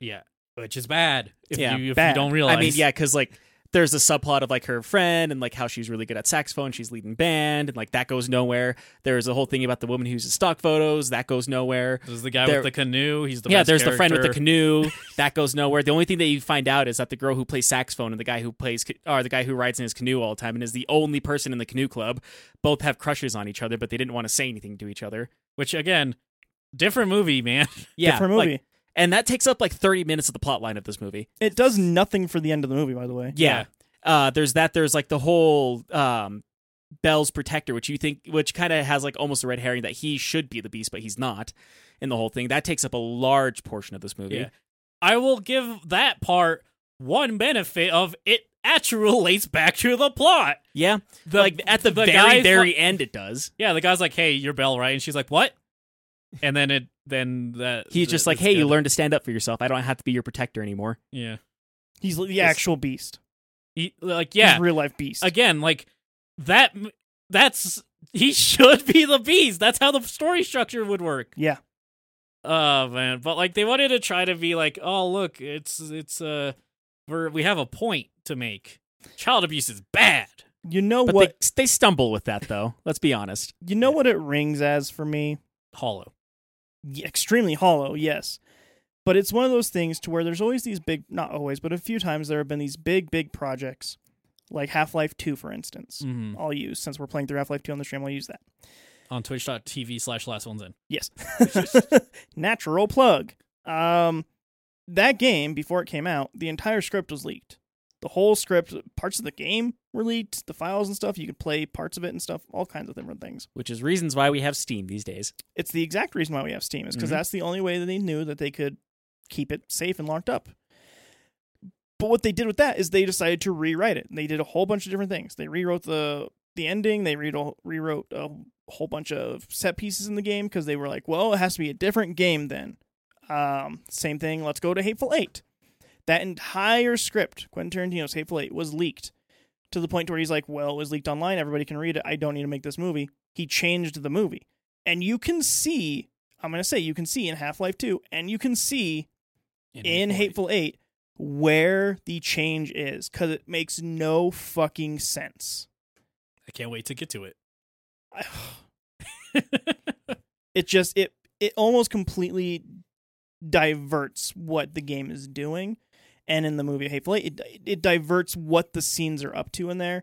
Speaker 1: Yeah. Which is bad if
Speaker 2: Yeah,
Speaker 1: you if
Speaker 3: bad.
Speaker 1: you don't realize.
Speaker 2: I mean, yeah, because like there's a subplot of like her friend and like how she's really good at saxophone, she's leading band, and like that goes nowhere. There's a whole thing about the woman who uses stock photos, that goes nowhere.
Speaker 1: There's the guy
Speaker 2: there-
Speaker 1: with the canoe, he's the
Speaker 2: yeah,
Speaker 1: best
Speaker 2: there's the friend with the
Speaker 1: character.
Speaker 2: canoe, that goes nowhere. The only thing that you find out is that the girl who plays saxophone and the guy who plays ca- or the guy who rides in his canoe all the time and is the only person in the canoe club both have crushes on each other, but they didn't want to say anything to each other.
Speaker 1: which again, different movie, man.
Speaker 2: Yeah,
Speaker 3: Different
Speaker 2: like-
Speaker 3: movie.
Speaker 2: and that takes up like 30 minutes of the plot line of this movie.
Speaker 3: It does nothing for the end of the movie, by the way.
Speaker 2: Yeah. Uh, there's that. There's like the whole um, Bell's protector, which you think, which kind of has like almost a red herring that he should be the beast, but he's not. In the whole thing, that takes up a large portion of this movie.
Speaker 1: Yeah. I will give that part one benefit of it actually relates back to the plot.
Speaker 2: Yeah.
Speaker 1: The-
Speaker 2: like at the,
Speaker 1: the
Speaker 2: very
Speaker 1: guy
Speaker 2: very end, it does.
Speaker 1: Yeah, the guy's like, "Hey, you're Belle, right?" And she's like, "What?" And then it, then that
Speaker 2: He's
Speaker 1: th-
Speaker 2: just like,
Speaker 1: it's
Speaker 2: "Hey,
Speaker 1: good.
Speaker 2: you learn to stand up for yourself. I don't have to be your protector anymore."
Speaker 1: Yeah,
Speaker 3: He's the
Speaker 2: Yes.
Speaker 3: actual beast.
Speaker 1: he, like
Speaker 3: He's
Speaker 1: yeah,
Speaker 3: real life beast.
Speaker 1: again, like that. m- That's he should be the beast. That's how the story structure would work.
Speaker 3: yeah.
Speaker 1: Oh man, but like they wanted to try to be like, "Oh look, it's it's uh, we're we have a point to make. Child abuse is bad."
Speaker 3: You know
Speaker 2: But
Speaker 3: what
Speaker 2: they they stumble with that though. Let's be honest.
Speaker 3: you know what it rings as for me?
Speaker 1: Hollow.
Speaker 3: Y- Extremely hollow, yes. But it's one of those things to where there's always these big not always, but a few times there have been these big, big projects, like Half Life Two, for instance.
Speaker 1: Mm-hmm.
Speaker 3: I'll use since we're playing through Half Life Two on the stream, I'll use that.
Speaker 1: On twitch.tv slash last ones in.
Speaker 3: Yes. Natural plug. Um, that game, before it came out, the entire script was leaked. The whole script, parts of the game were leaked, the files and stuff. You could play parts of it and stuff, all kinds of different things.
Speaker 2: Which is reasons why we have Steam these days.
Speaker 3: It's the exact reason why we have Steam, is because
Speaker 2: Mhm.
Speaker 3: that's the only way that they knew that they could keep it safe and locked up. But what they did with that is they decided to rewrite it. And they did a whole bunch of different things. They rewrote the the ending. They read a, rewrote a whole bunch of set pieces in the game because they were like, well, it has to be a different game then. Um, same thing. Let's go to Hateful Eight. That entire script, Quentin Tarantino's Hateful Eight, was leaked to the point where he's like, well, it was leaked online. Everybody can read it. I don't need to make this movie. He changed the movie, and you can see. I'm gonna say you can see in Half Life Two, and you can see in Hateful Eight where the change is because it makes no fucking sense.
Speaker 1: I can't wait to get to it.
Speaker 3: It just it it almost completely diverts what the game is doing, and in the movie Hateful Eight, it it diverts what the scenes are up to in there.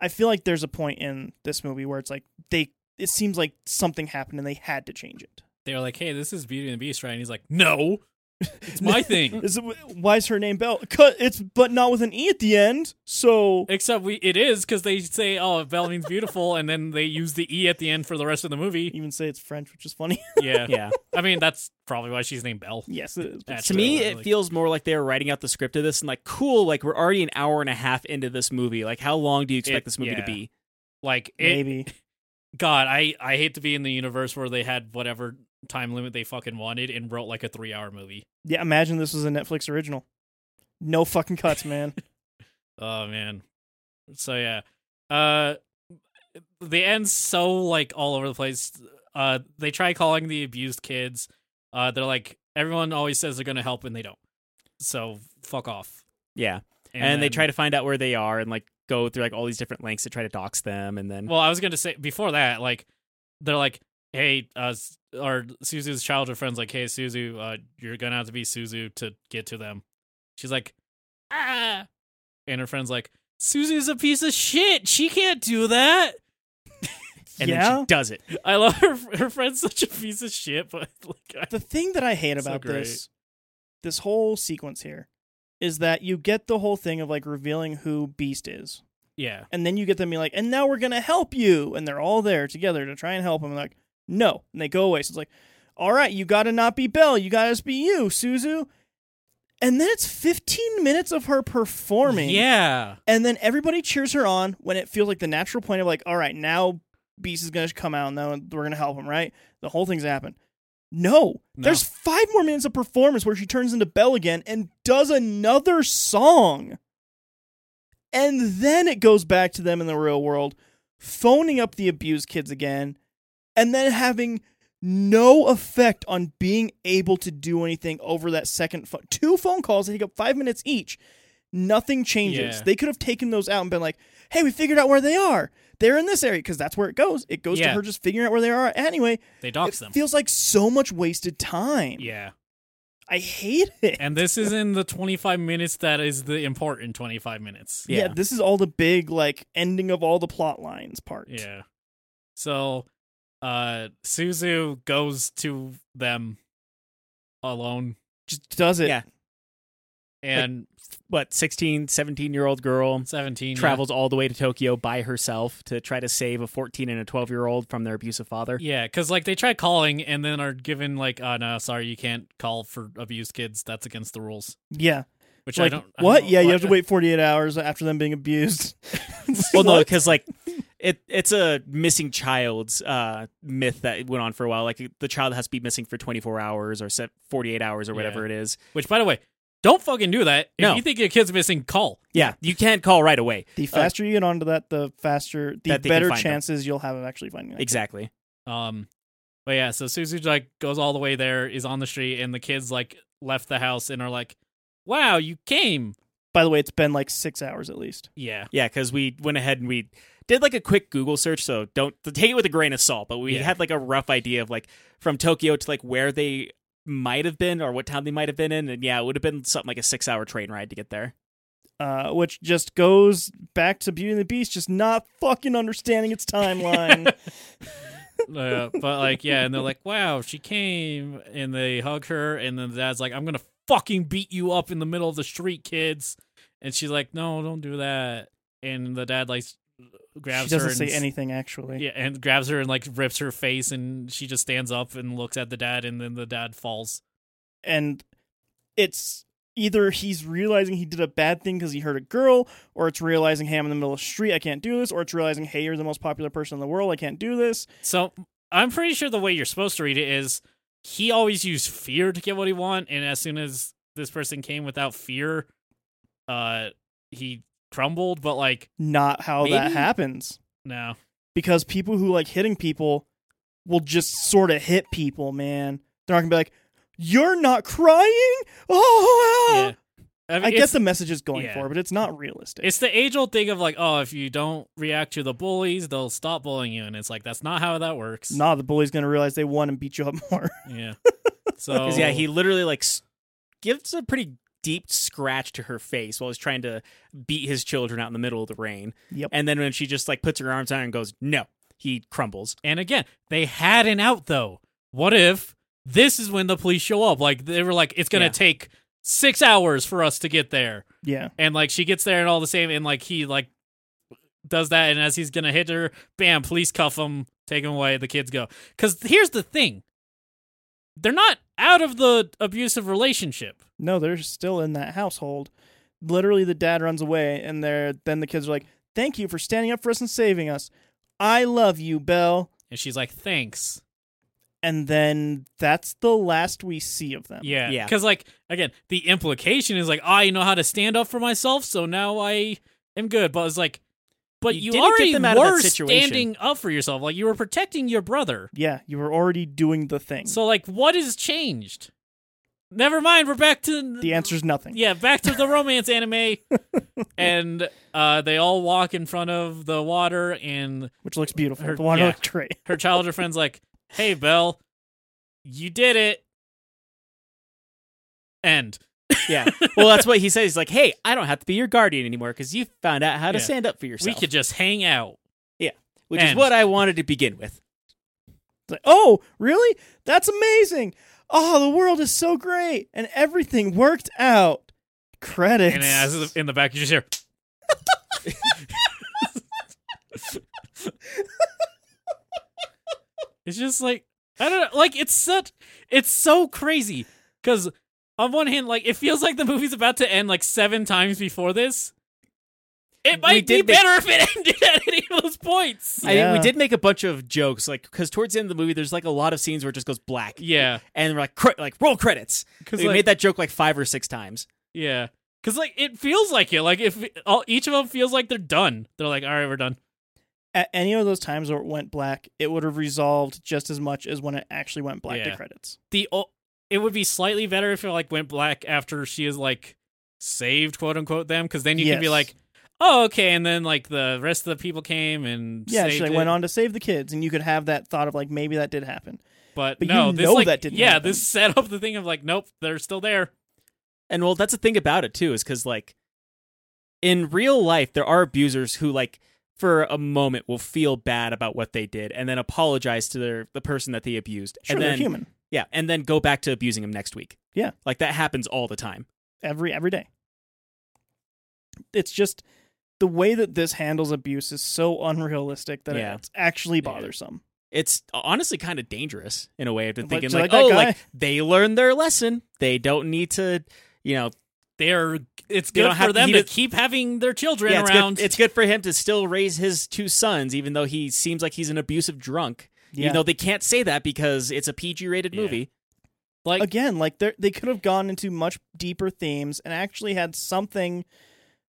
Speaker 3: I feel like there's a point in this movie where it's like they it seems like something happened and they had to change it.
Speaker 1: They were like, "Hey, this is Beauty and the Beast, right?" And he's like, "No, it's my thing."
Speaker 3: Is it, why is her name Belle? Cut. It's but not with an e at the end. So
Speaker 1: Except we, it is because they say, "Oh, Belle means beautiful," and then they use the e at the end for the rest of the movie.
Speaker 3: even say it's French, which is funny.
Speaker 1: Yeah,
Speaker 2: Yeah.
Speaker 1: I mean that's probably why she's named Belle.
Speaker 3: yes, it is.
Speaker 1: That's
Speaker 2: to me,
Speaker 1: really,
Speaker 2: it
Speaker 1: like-
Speaker 2: feels more like they were writing out the script of this and like, cool, like we're already an hour and a half into this movie. Like, how long do you expect
Speaker 1: It-
Speaker 2: this movie to
Speaker 1: yeah.
Speaker 2: be?
Speaker 1: like it,
Speaker 3: Maybe
Speaker 1: God, I I hate to be in the universe where they had whatever time limit they fucking wanted and wrote like a three hour movie.
Speaker 3: yeah. Imagine this was a Netflix original. No fucking cuts, man.
Speaker 1: Oh man. So yeah. Uh the end's so like all over the place. Uh they try calling the abused kids. Uh they're like everyone always says they're gonna help and they don't. So fuck off.
Speaker 2: Yeah. And, they
Speaker 1: then-
Speaker 2: try to find out where they are and like go through like all these different lengths to try to dox them. And then,
Speaker 1: Well, I was gonna say before that, like they're like, hey, uh S- or Suzu's childhood friend's like, hey Suzu, uh you're gonna have to be Suzu to get to them. She's like, ah and her friend's like, Suzu's a piece of shit. She can't do that.
Speaker 2: and then
Speaker 3: yeah.
Speaker 2: she does it.
Speaker 1: I love her. Her friend's such a piece of shit, but like,
Speaker 3: the thing that I hate
Speaker 1: So
Speaker 3: about
Speaker 1: great.
Speaker 3: this this whole sequence here is that you get the whole thing of like revealing who Beast is.
Speaker 1: yeah,
Speaker 3: And then you get them being like, and now we're gonna help you. And they're all there together to try and help him. And they're like, no. And they go away. So it's like, all right, you gotta not be Belle. You gotta be you, Suzu. And then it's 15 minutes of her performing.
Speaker 1: yeah,
Speaker 3: And then everybody cheers her on when it feels like the natural point of like, all right, now Beast is gonna come out and now we're gonna help him, right? The whole thing's happened. No,
Speaker 1: No.
Speaker 3: There's five more minutes of performance where she turns into Belle again and does another song. And then it goes back to them in the real world, phoning up the abused kids again, and then having no effect on being able to do anything over that second phone. Two phone calls that take up five minutes each. Nothing changes.
Speaker 1: Yeah.
Speaker 3: They could have taken those out and been like, hey, we figured out where they are. They're in this area because that's where it goes. It goes to
Speaker 1: Yeah.
Speaker 3: her just figuring out where they are anyway.
Speaker 1: they dox
Speaker 3: It
Speaker 1: them.
Speaker 3: feels like so much wasted time.
Speaker 1: Yeah,
Speaker 3: I hate it.
Speaker 1: and this is in the 25 minutes that is the important 25 minutes.
Speaker 3: yeah.
Speaker 2: Yeah.
Speaker 3: this is all the big like ending of all the plot lines part.
Speaker 1: Yeah, so uh, Suzu goes to them alone,
Speaker 3: Just does it.
Speaker 2: Yeah.
Speaker 1: and
Speaker 2: What, 16, 17 year old girl
Speaker 1: 17 yeah.
Speaker 2: travels all the way to Tokyo by herself to try to save a 14 and a 12 year old from their abusive father.
Speaker 1: Yeah, because like they try calling and then are given like, oh no, sorry, you can't call for abused kids. That's against the rules.
Speaker 3: Yeah.
Speaker 1: Which
Speaker 3: Like
Speaker 1: I don't. I
Speaker 3: what?
Speaker 1: don't-
Speaker 3: yeah, you have to wait 48 hours after them being abused.
Speaker 2: well, no,
Speaker 3: What?
Speaker 2: because like it, it's a missing child's uh, myth that went on for a while. Like the child has to be missing for 24 hours or se- 48 hours or whatever it is.
Speaker 1: Which, by the way, don't fucking do that. If
Speaker 2: No.
Speaker 1: you think your kid's missing, call.
Speaker 2: Yeah, you can't call right away.
Speaker 3: the faster you get onto that, the faster, the
Speaker 2: That they can
Speaker 3: better
Speaker 2: find them.
Speaker 3: chances you'll have of actually finding that.
Speaker 2: Exactly.
Speaker 1: Um, but yeah, so Suzu like goes all the way there, is on the street, and the kids like left the house and are like, "Wow, you came!"
Speaker 3: By the way, it's been like six hours at least.
Speaker 1: Yeah,
Speaker 2: Yeah, because we went ahead and we did like a quick Google search. So don't take it with a grain of salt, but we
Speaker 1: Yeah.
Speaker 2: had like a rough idea of like from Tokyo to like where they might have been or what town they might have been in. And yeah, it would have been something like a six hour train ride to get there.
Speaker 3: Uh, which just goes back to Beauty and the Beast, just not fucking understanding its timeline.
Speaker 1: uh, but like yeah, and they're like, "Wow, she came!" And they hug her, and then the dad's like, "I'm gonna fucking beat you up in the middle of the street, kids," and she's like, "No, don't do that." And the dad like grabs
Speaker 3: she doesn't
Speaker 1: her
Speaker 3: say
Speaker 1: and s-
Speaker 3: anything actually.
Speaker 1: Yeah, and grabs her and like rips her face, and she just stands up and looks at the dad, and then the dad falls.
Speaker 3: and it's either he's realizing he did a bad thing because he hurt a girl, or it's realizing, hey, I'm in the middle of the street, I can't do this, or it's realizing, hey, you're the most popular person in the world, I can't do this.
Speaker 1: So I'm pretty sure the way you're supposed to read it is he always used fear to get what he want, and as soon as this person came without fear, uh, he crumbled. But like,
Speaker 3: Not how that
Speaker 2: Maybe-
Speaker 3: happens.
Speaker 1: no,
Speaker 3: Because people who like hitting people will just sort of hit people, man. They're not gonna be like, you're not crying? Oh, ah."
Speaker 1: yeah. I, mean,
Speaker 3: I
Speaker 1: it's,
Speaker 3: guess the message is going
Speaker 1: yeah.
Speaker 3: for, but it's not realistic.
Speaker 1: it's the age old thing of like, oh, if you don't react to the bullies, they'll stop bullying you, and it's like that's not how that works.
Speaker 3: nah, the bully's gonna realize they won and beat you up more.
Speaker 1: yeah. So
Speaker 2: 'Cause, yeah, he literally like s- gives a pretty deep scratch to her face while he's trying to beat his children out in the middle of the rain.
Speaker 3: yep.
Speaker 2: And then when she just like puts her arms on her and goes, no. he crumbles.
Speaker 1: And again, they had an out though. What if this is when the police show up? Like they were like, it's gonna
Speaker 2: Yeah.
Speaker 1: take six hours for us to get there.
Speaker 3: Yeah.
Speaker 1: And like she gets there and all the same, and like he like does that, and as he's gonna hit her, bam, police cuff him, take him away, the kids go. Cause here's the thing. They're not out of the abusive relationship.
Speaker 3: No, they're still in that household. Literally, the dad runs away, and they're then the kids are like, "Thank you for standing up for us and saving us. I love you, Belle."
Speaker 1: And she's like, thanks.
Speaker 3: And then that's the last we see of them.
Speaker 1: Yeah.
Speaker 2: Yeah.
Speaker 1: Because, like, again, the implication is like, I know how to stand up for myself, so now I am good. But it's like, but you,
Speaker 2: You didn't get
Speaker 1: already
Speaker 2: them out of that
Speaker 1: were
Speaker 2: situation.
Speaker 1: standing up for yourself. Like, you were protecting your brother.
Speaker 3: Yeah, you were already doing the thing.
Speaker 1: So, like, what has changed? Never mind. We're back to
Speaker 3: the answer's nothing.
Speaker 1: Yeah, back to the romance anime. and uh, they all walk in front of the water, and
Speaker 3: which looks beautiful.
Speaker 1: Her-
Speaker 3: the one
Speaker 1: yeah.
Speaker 3: looked great.
Speaker 1: her childhood friend's like, "Hey, Belle, you did it." End.
Speaker 2: Yeah. well, that's what he says. He's like, hey, I don't have to be your guardian anymore because you found out how to
Speaker 1: Yeah.
Speaker 2: stand up for yourself,
Speaker 1: We could just hang out.
Speaker 2: which is
Speaker 1: end.
Speaker 2: what I wanted to begin with.
Speaker 3: It's like, oh, really? That's amazing. Oh, the world is so great, and everything worked out. Credits.
Speaker 1: And then as in the back, you just hear. it's just like I don't know. Like it's such, it's so crazy because on one hand, like it feels like the movie's about to end like seven times before this. It might be
Speaker 2: did make-
Speaker 1: better if it ended at any of those points.
Speaker 2: I mean, we
Speaker 3: Yeah.
Speaker 2: did make a bunch of jokes, like because towards the end of the movie, there's like a lot of scenes where it just goes black,
Speaker 1: Yeah,
Speaker 2: and we're like, cr- like roll credits.
Speaker 1: because
Speaker 2: We made that joke like five or six times.
Speaker 1: Yeah, because like it feels like it. Like if all, each of them feels like they're done, they're like, all right, we're done.
Speaker 3: At any of those times where it went black, it would have resolved just as much as when it actually went black
Speaker 1: Yeah.
Speaker 3: to credits.
Speaker 1: the o- it would be slightly better if it like went black after she is like saved quote unquote them because then you can be
Speaker 3: Yes.
Speaker 1: like oh okay and then like the rest of the people came and
Speaker 3: Yeah, she
Speaker 1: saved
Speaker 3: like,
Speaker 1: it.
Speaker 3: went on to save the kids, and you could have that thought of like maybe that did happen.
Speaker 1: but,
Speaker 3: but
Speaker 1: no
Speaker 3: you
Speaker 1: this
Speaker 3: know
Speaker 1: like
Speaker 3: that didn't
Speaker 1: yeah
Speaker 3: happen.
Speaker 1: this set up the thing of like nope they're still there
Speaker 2: And well, that's the thing about it too, is because like in real life, there are abusers who like for a moment will feel bad about what they did and then apologize to their the person that they abused,
Speaker 3: Sure,
Speaker 2: and
Speaker 3: they're
Speaker 2: then
Speaker 3: human.
Speaker 2: yeah, and then go back to abusing them next week.
Speaker 3: Yeah.
Speaker 2: like that happens all the time.
Speaker 3: Every every day. It's just the way that this handles abuse is so unrealistic that
Speaker 2: Yeah.
Speaker 3: it's actually
Speaker 2: Yeah.
Speaker 3: bothersome.
Speaker 2: It's honestly kind of dangerous in a way of
Speaker 3: Like,
Speaker 2: thinking
Speaker 3: so
Speaker 2: like,
Speaker 3: like that
Speaker 2: oh,
Speaker 3: guy-
Speaker 2: like they learned their lesson. They don't need to, you know,
Speaker 1: they're it's
Speaker 2: They
Speaker 1: good
Speaker 2: don't
Speaker 1: for
Speaker 2: have-
Speaker 1: them
Speaker 2: he
Speaker 1: to
Speaker 2: does-
Speaker 1: keep having their children
Speaker 2: yeah, it's good-
Speaker 1: around
Speaker 2: It's good, for him to still raise his two sons, even though he seems like he's an abusive drunk.
Speaker 3: Yeah.
Speaker 2: Even though they can't say that because it's a PG rated
Speaker 1: Yeah.
Speaker 2: movie.
Speaker 1: like
Speaker 3: again like they they could have gone into much deeper themes and actually had something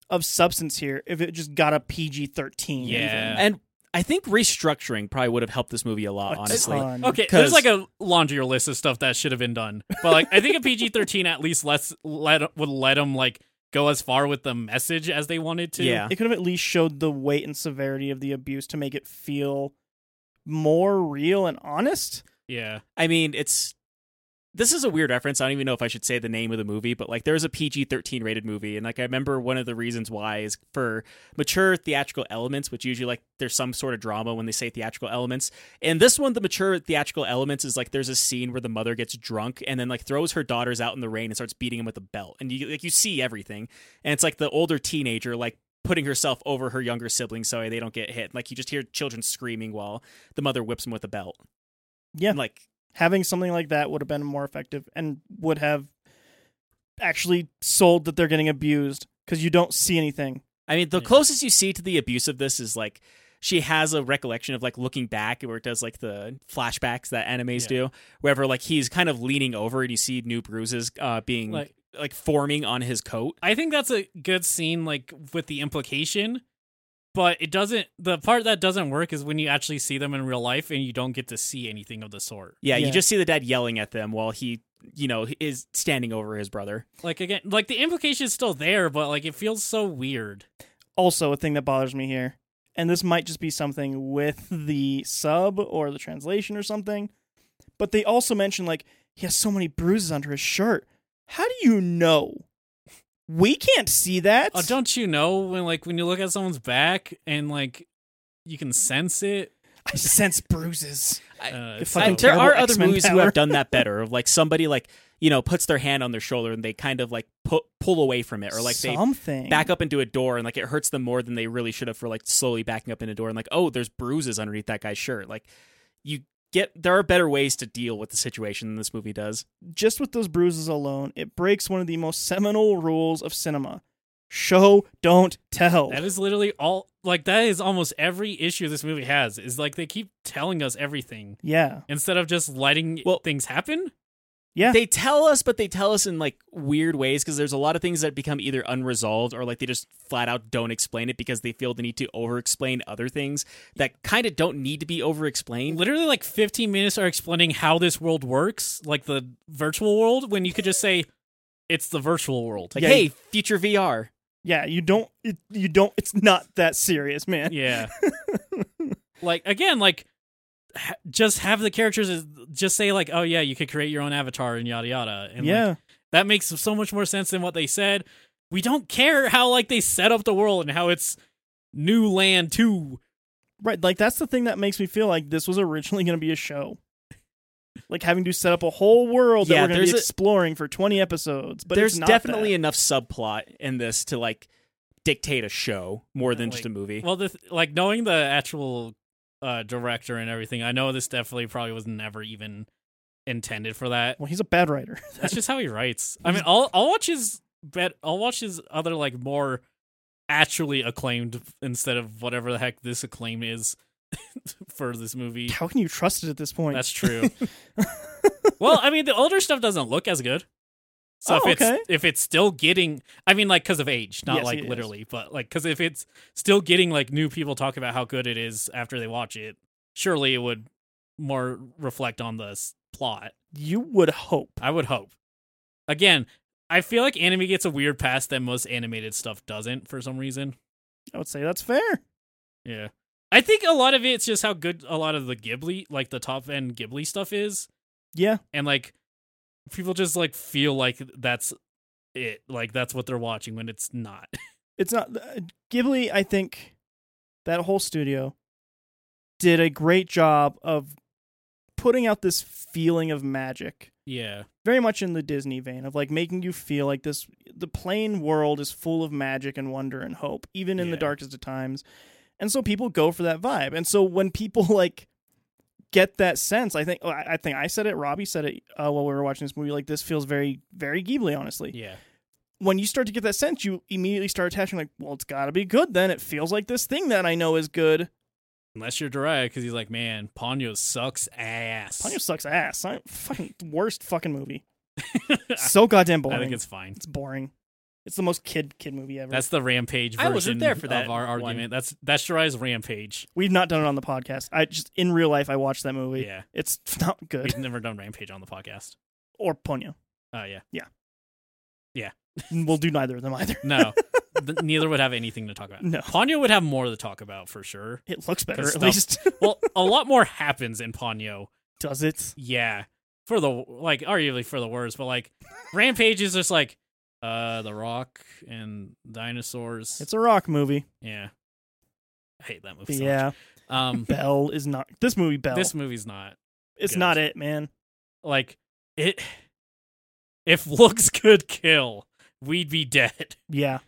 Speaker 3: of substance here if it just got a PG-13
Speaker 1: Yeah.
Speaker 2: And I think restructuring probably would have helped this movie a lot,
Speaker 3: even.
Speaker 2: honestly.
Speaker 3: A ton.
Speaker 1: okay
Speaker 2: 'cause-
Speaker 1: there's like a laundry list of stuff that should have been done but like i think a pg-13 at least less let would let them like go as far with the message as they wanted to
Speaker 2: Yeah.
Speaker 3: it could have at least showed the weight and severity of the abuse to make it feel more real and honest
Speaker 1: yeah
Speaker 2: I mean, it's this is a weird reference. I don't even know if I should say the name of the movie, but like there's a PG 13 rated movie. And like I remember one of the reasons why is for mature theatrical elements, which usually like there's some sort of drama when they say theatrical elements. And this one, the mature theatrical elements is like there's a scene where the mother gets drunk and then like throws her daughters out in the rain and starts beating them with a belt. And you like you see everything. And it's like the older teenager, like putting herself over her younger siblings so they don't get hit. Like you just hear children screaming while the mother whips them with a belt.
Speaker 3: Yeah.
Speaker 2: And, like
Speaker 3: having something like that would have been more effective and would have actually sold that they're getting abused cuz you don't see anything
Speaker 2: I mean, the
Speaker 1: Yeah.
Speaker 2: closest you see to the abuse of this is like she has a recollection of like looking back where it does like the flashbacks that animes
Speaker 1: Yeah.
Speaker 2: do, wherever like he's kind of leaning over and you see new bruises uh, being like,
Speaker 1: Like-
Speaker 2: forming on his coat.
Speaker 1: I think that's a good scene, like with the implication, but it doesn't. The part that doesn't work is when you actually see them in real life and you don't get to see anything of the sort.
Speaker 2: Yeah,
Speaker 3: Yeah.
Speaker 2: you just see the dad yelling at them while he, you know, is standing over his brother.
Speaker 1: Like again, like the implication is still there, but like it feels so weird.
Speaker 3: also a thing that bothers me here, and this might just be something with the sub or the translation or something, but they also mention like he has so many bruises under his shirt. How do you know? We can't see that.
Speaker 1: Oh, don't you know when like when you look at someone's back and like you can sense it?
Speaker 3: I sense bruises.
Speaker 1: Uh,
Speaker 3: You
Speaker 1: so-
Speaker 3: fucking
Speaker 2: there are
Speaker 3: terrible
Speaker 2: other
Speaker 3: X-Men
Speaker 2: movies who
Speaker 3: power.
Speaker 2: have done that better. Of like somebody like you know puts their hand on their shoulder and they kind of like pu- pull away from it, or like they
Speaker 3: something
Speaker 2: back up into a door and like it hurts them more than they really should have for like slowly backing up in a door and like oh there's bruises underneath that guy's shirt. Like you get there are better ways to deal with the situation than this movie does.
Speaker 3: Just with those bruises alone, it breaks one of the most seminal rules of cinema: show, don't tell.
Speaker 1: That is literally all. Like that is almost every issue this movie has. Is like they keep telling us everything
Speaker 3: yeah,
Speaker 1: instead of just letting
Speaker 2: Well-
Speaker 1: things happen.
Speaker 3: yeah.
Speaker 2: They tell us, but they tell us in like weird ways because there's a lot of things that become either unresolved or like they just flat out don't explain it because they feel the need to over explain other things that kind of don't need to be over explained.
Speaker 1: Literally, like 15 minutes are explaining how this world works, like the virtual world, when you could just say it's the virtual world.
Speaker 2: Like,
Speaker 3: Yeah,
Speaker 2: hey, future VR.
Speaker 3: yeah, you don't. It, you don't. It's not that serious, man.
Speaker 1: Yeah. like again, like ha- just have the characters as- just say like, "Oh yeah, you could create your own avatar and yada yada." And like,
Speaker 3: yeah.
Speaker 1: that makes so much more sense than what they said. We don't care how like they set up the world and how it's new land too.
Speaker 3: Right, like that's the thing that makes me feel like this was originally going to be a show. Like having to set up a whole world
Speaker 2: Yeah,
Speaker 3: that we're going to
Speaker 2: there's
Speaker 3: be
Speaker 2: a-
Speaker 3: exploring for 20 episodes, but
Speaker 2: there's
Speaker 3: it's not
Speaker 2: definitely
Speaker 3: that.
Speaker 2: enough subplot in this to like dictate a show more than just a
Speaker 1: Like,
Speaker 2: movie.
Speaker 1: Well, the th- like knowing the actual uh, director and everything, I know this definitely probably was never even intended for that.
Speaker 3: well, he's a bad writer.
Speaker 1: That's just how he writes. I mean, I'll I'll watch his bet. I'll watch his other like more actually acclaimed instead of whatever the heck this acclaim is for this movie.
Speaker 3: How can you trust it at this point?
Speaker 1: That's true. well, I mean, the older stuff doesn't look as good. So
Speaker 3: Oh,
Speaker 1: if it's
Speaker 3: okay.
Speaker 1: if it's still getting, I mean, like because of age, not
Speaker 3: Yes,
Speaker 1: like
Speaker 3: yes.
Speaker 1: literally, but like because if it's still getting like new people talk about how good it is after they watch it, surely it would more reflect on the s- plot.
Speaker 3: you would hope.
Speaker 1: I would hope. Again, I feel like anime gets a weird pass that most animated stuff doesn't for some reason.
Speaker 3: I would say that's fair.
Speaker 1: Yeah. I think a lot of it's just how good a lot of the Ghibli, like the top end Ghibli stuff is.
Speaker 3: Yeah.
Speaker 1: And like people just like feel like that's it. Like that's what they're watching when it's not.
Speaker 3: It's not uh, Ghibli, I think that whole studio did a great job of putting out this feeling of magic.
Speaker 1: Yeah.
Speaker 3: very much in the Disney vein of like making you feel like this the plain world is full of magic and wonder and hope, even in the
Speaker 1: Yeah.
Speaker 3: darkest of times. And so people go for that vibe. And so when people like get that sense, I think I I think I said it, Robbie said it uh, while we were watching this movie. Like this feels very very Ghibli, honestly.
Speaker 1: Yeah.
Speaker 3: When you start to get that sense, you immediately start attaching like, well, it's got to be good. Then it feels like this thing that I know is good.
Speaker 1: Unless you're Jiraiya, because he's like, man, Ponyo sucks ass.
Speaker 3: Ponyo sucks ass. I fucking worst fucking movie. so goddamn boring.
Speaker 1: I think it's fine.
Speaker 3: It's boring. It's the most kid kid movie ever.
Speaker 1: That's the rampage version
Speaker 2: I wasn't there for that
Speaker 1: of our
Speaker 2: one.
Speaker 1: argument. That's that's Jiraiya's rampage.
Speaker 3: We've not done it on the podcast. I just in real life I watched that movie.
Speaker 1: Yeah.
Speaker 3: It's not good.
Speaker 1: We've never done rampage on the podcast.
Speaker 3: Or Ponyo.
Speaker 1: Oh yeah.
Speaker 3: We'll do neither of them either.
Speaker 1: No. Th- neither would have anything to talk about.
Speaker 3: No.
Speaker 1: Ponyo would have more to talk about for sure.
Speaker 3: It looks better at
Speaker 1: Cause
Speaker 3: least.
Speaker 1: Well, a lot more happens in Ponyo.
Speaker 3: Does it?
Speaker 1: Yeah. For the like arguably for the worst, but like Rampage is just like uh the rock and dinosaurs.
Speaker 3: It's a rock movie.
Speaker 1: yeah. I hate that movie.
Speaker 3: But
Speaker 1: So
Speaker 3: yeah.
Speaker 1: Much. Um
Speaker 3: Bell is not this movie Bell.
Speaker 1: this movie's not
Speaker 3: it's
Speaker 1: good.
Speaker 3: not it, man.
Speaker 1: like it if looks could kill, we'd be dead.
Speaker 3: Yeah.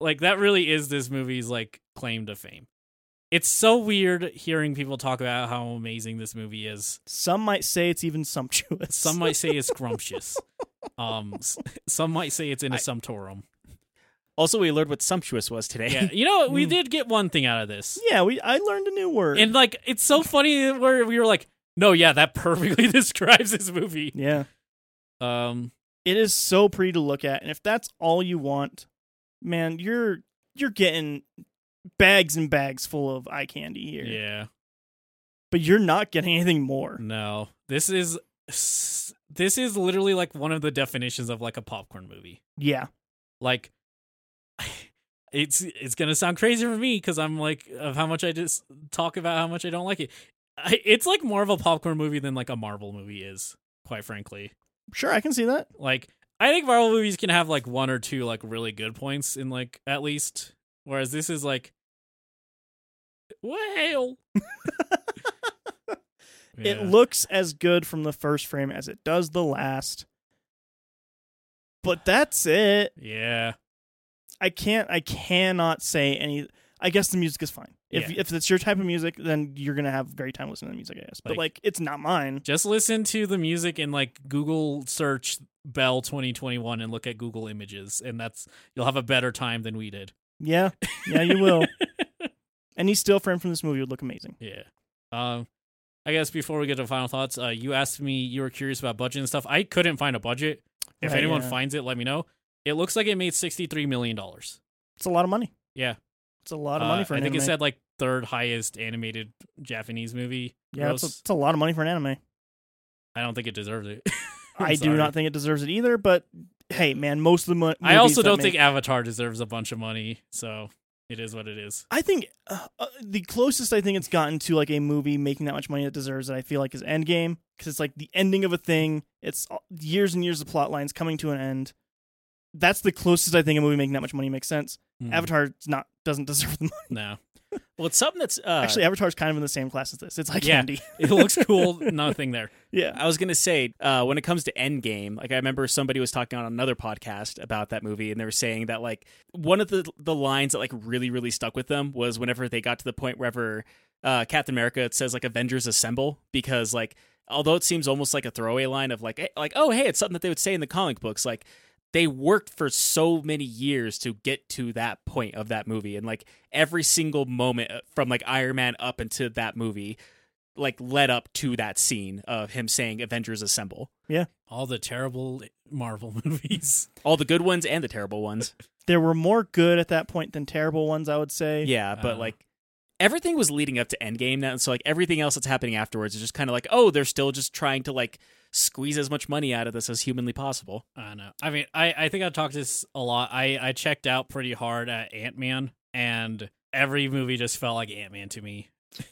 Speaker 1: like that really is this movie's like claim to fame. It's so weird hearing people talk about how amazing this movie is.
Speaker 3: Some might say it's even sumptuous.
Speaker 1: Some might say it's scrumptious. Um, s- some might say it's in a
Speaker 2: I-
Speaker 1: sumptorum.
Speaker 2: Also, we learned what sumptuous was today.
Speaker 1: Yeah, you know what? we
Speaker 3: Mm.
Speaker 1: did get one thing out of this,
Speaker 3: Yeah, we I learned a new word.
Speaker 1: and like it's so funny where we were like, no, yeah, that perfectly describes this movie.
Speaker 3: yeah.
Speaker 1: Um,
Speaker 3: It is so pretty to look at, and if that's all you want, man, you're you're getting bags and bags full of eye candy here.
Speaker 1: yeah,
Speaker 3: But you're not getting anything
Speaker 1: Mm.
Speaker 3: more.
Speaker 1: no, this is s- this is literally like one of the definitions of like a popcorn movie.
Speaker 3: Yeah.
Speaker 1: like it's it's gonna sound crazy for me because I'm like of how much I just talk about how much I don't like it. I, it's like more of a popcorn movie than like a Marvel movie is, quite frankly.
Speaker 3: Sure, I can see that.
Speaker 1: Like I think Marvel movies can have like one or two like really good points in like at least, whereas this is like, well, Yeah.
Speaker 3: It looks as good from the first frame as it does the last. But that's it.
Speaker 1: yeah.
Speaker 3: I can't I cannot say any I guess the music is fine. If
Speaker 1: Yeah.
Speaker 3: if it's your type of music, then you're gonna have a great time listening to the music, I guess.
Speaker 1: Like-
Speaker 3: but like it's not mine.
Speaker 1: Just listen to the music and like Google search Bell 2021 and look at Google images, and that's you'll have a better time than we did.
Speaker 3: Yeah. Yeah, you will. Any still frame from this movie would look amazing.
Speaker 1: Yeah. Um, I guess before we get to final thoughts, uh, you asked me you were curious about budget and stuff. I couldn't find a budget. If
Speaker 3: Right,
Speaker 1: anyone
Speaker 3: yeah.
Speaker 1: finds it, let me know. It looks like it made sixty three million dollars.
Speaker 3: It's a lot of money.
Speaker 1: Yeah,
Speaker 3: It's a lot of money
Speaker 1: Uh,
Speaker 3: for an
Speaker 1: I think
Speaker 3: anime.
Speaker 1: it said like third highest animated Japanese movie.
Speaker 3: yeah, it's a,
Speaker 1: gross.
Speaker 3: it's a lot of money for an anime.
Speaker 1: I don't think it deserved it. I'm
Speaker 3: I do
Speaker 1: sorry.
Speaker 3: not think it deserves it either, but hey, man, most of the money.
Speaker 1: I also don't think Avatar deserves a bunch of money, so it is what it is.
Speaker 3: I think uh, uh, the closest I think it's gotten to like a movie making that much money that deserves it, I feel like, is Endgame because it's like the ending of a thing. It's all- years and years of plot lines coming to an end. That's the closest I think a movie making that much money makes sense.
Speaker 1: Hmm,
Speaker 3: Avatar's not doesn't deserve the money.
Speaker 1: no,
Speaker 2: Well, it's something that's uh,
Speaker 3: Actually, Avatar's kind of in the same class as this. It's like
Speaker 1: Yeah.
Speaker 3: candy.
Speaker 1: it looks cool. Nothing there.
Speaker 3: yeah,
Speaker 2: I was gonna say uh, when it comes to Endgame, like I remember somebody was talking on another podcast about that movie, and they were saying that like one of the the lines that like really really stuck with them was whenever they got to the point wherever uh, Captain America it says like Avengers Assemble because like although it seems almost like a throwaway line of like eh, like oh hey it's something that they would say in the comic books like they worked for so many years to get to that point of that movie and like every single moment uh, from like Iron Man up into that movie like led up to that scene of him saying Avengers Assemble.
Speaker 1: All the terrible Marvel movies.
Speaker 2: All the good ones and the terrible ones.
Speaker 3: there were more good at that point than terrible ones. I would say.
Speaker 2: Yeah, but
Speaker 1: Uh.
Speaker 2: like everything was leading up to Endgame now, so like everything else that's happening afterwards is just kind of like, oh, they're still just trying to like squeeze as much money out of this as humanly possible.
Speaker 1: I know. I mean, I, I think I talked this a lot. I, I checked out pretty hard at Ant Man, and every movie just felt like Ant Man to me.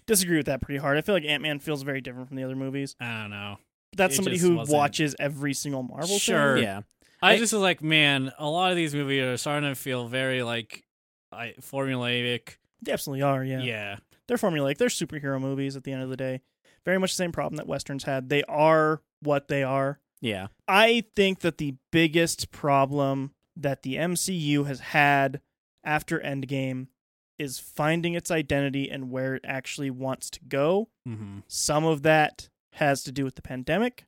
Speaker 3: disagree with that pretty hard. I feel like Ant Man feels very different from the other movies.
Speaker 1: I don't know.
Speaker 3: that's
Speaker 1: It
Speaker 3: somebody
Speaker 1: just
Speaker 3: who
Speaker 1: wasn't-
Speaker 3: watches every single Marvel thing.
Speaker 1: Sure.
Speaker 2: Yeah.
Speaker 1: I,
Speaker 2: I-
Speaker 1: just was like, man, a lot of these movies are starting to feel very like I, formulaic.
Speaker 3: They absolutely are, yeah.
Speaker 1: Yeah.
Speaker 3: They're formulaic. They're superhero movies at the end of the day. Very much the same problem that Westerns had. They are what they are.
Speaker 2: Yeah.
Speaker 3: I think that the biggest problem that the MCU has had after Endgame is finding its identity and where it actually wants to go.
Speaker 1: hmm
Speaker 3: Some of that has to do with the pandemic.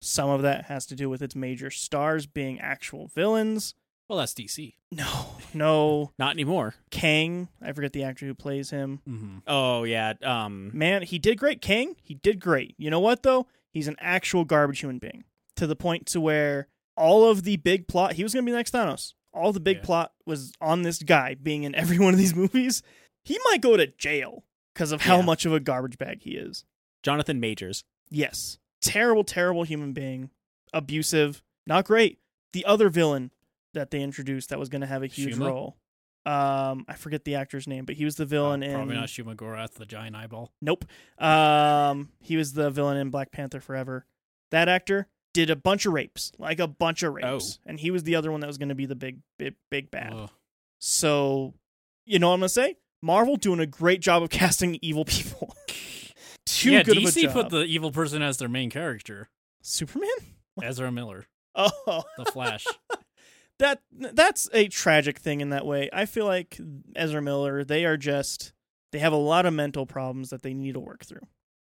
Speaker 3: Some of that has to do with its major stars being actual villains.
Speaker 1: Well, that's DC.
Speaker 3: No, no.
Speaker 2: Not anymore.
Speaker 3: Kang. I forget the actor who plays him.
Speaker 1: hmm
Speaker 2: Oh yeah. Um
Speaker 3: Man, he did great. Kang, he did great. You know what though? He's an actual garbage human being to the point to where all of the big plot he was going to be the next Thanos. All the big
Speaker 1: Yeah.
Speaker 3: plot was on this guy being in every one of these movies. He might go to jail because of how
Speaker 2: Yeah.
Speaker 3: much of a garbage bag he is.
Speaker 2: Jonathan Majors.
Speaker 3: Yes, terrible, terrible human being, abusive, not great. The other villain that they introduced that was going to have a huge
Speaker 1: Shuma?
Speaker 3: role. Um, I forget the actor's name, but he was the villain in
Speaker 1: Uh, Probably not Shuma Gorath, the giant eyeball.
Speaker 3: Nope. Um, he was the villain in Black Panther Forever. That actor did a bunch of rapes, like a bunch of
Speaker 1: Oh.
Speaker 3: rapes, and he was the other one that was going to be the big, big, big bad.
Speaker 1: Ugh.
Speaker 3: So, you know what I'm gonna say? Marvel doing a great job of casting evil people. Too
Speaker 1: yeah,
Speaker 3: good
Speaker 1: DC
Speaker 3: of a job.
Speaker 1: put the evil person as their main character,
Speaker 3: Superman.
Speaker 1: Ezra Miller,
Speaker 3: Oh,
Speaker 1: the Flash.
Speaker 3: that that's a tragic thing in that way. I feel like Ezra Miller. They are just they have a lot of mental problems that they need to work through.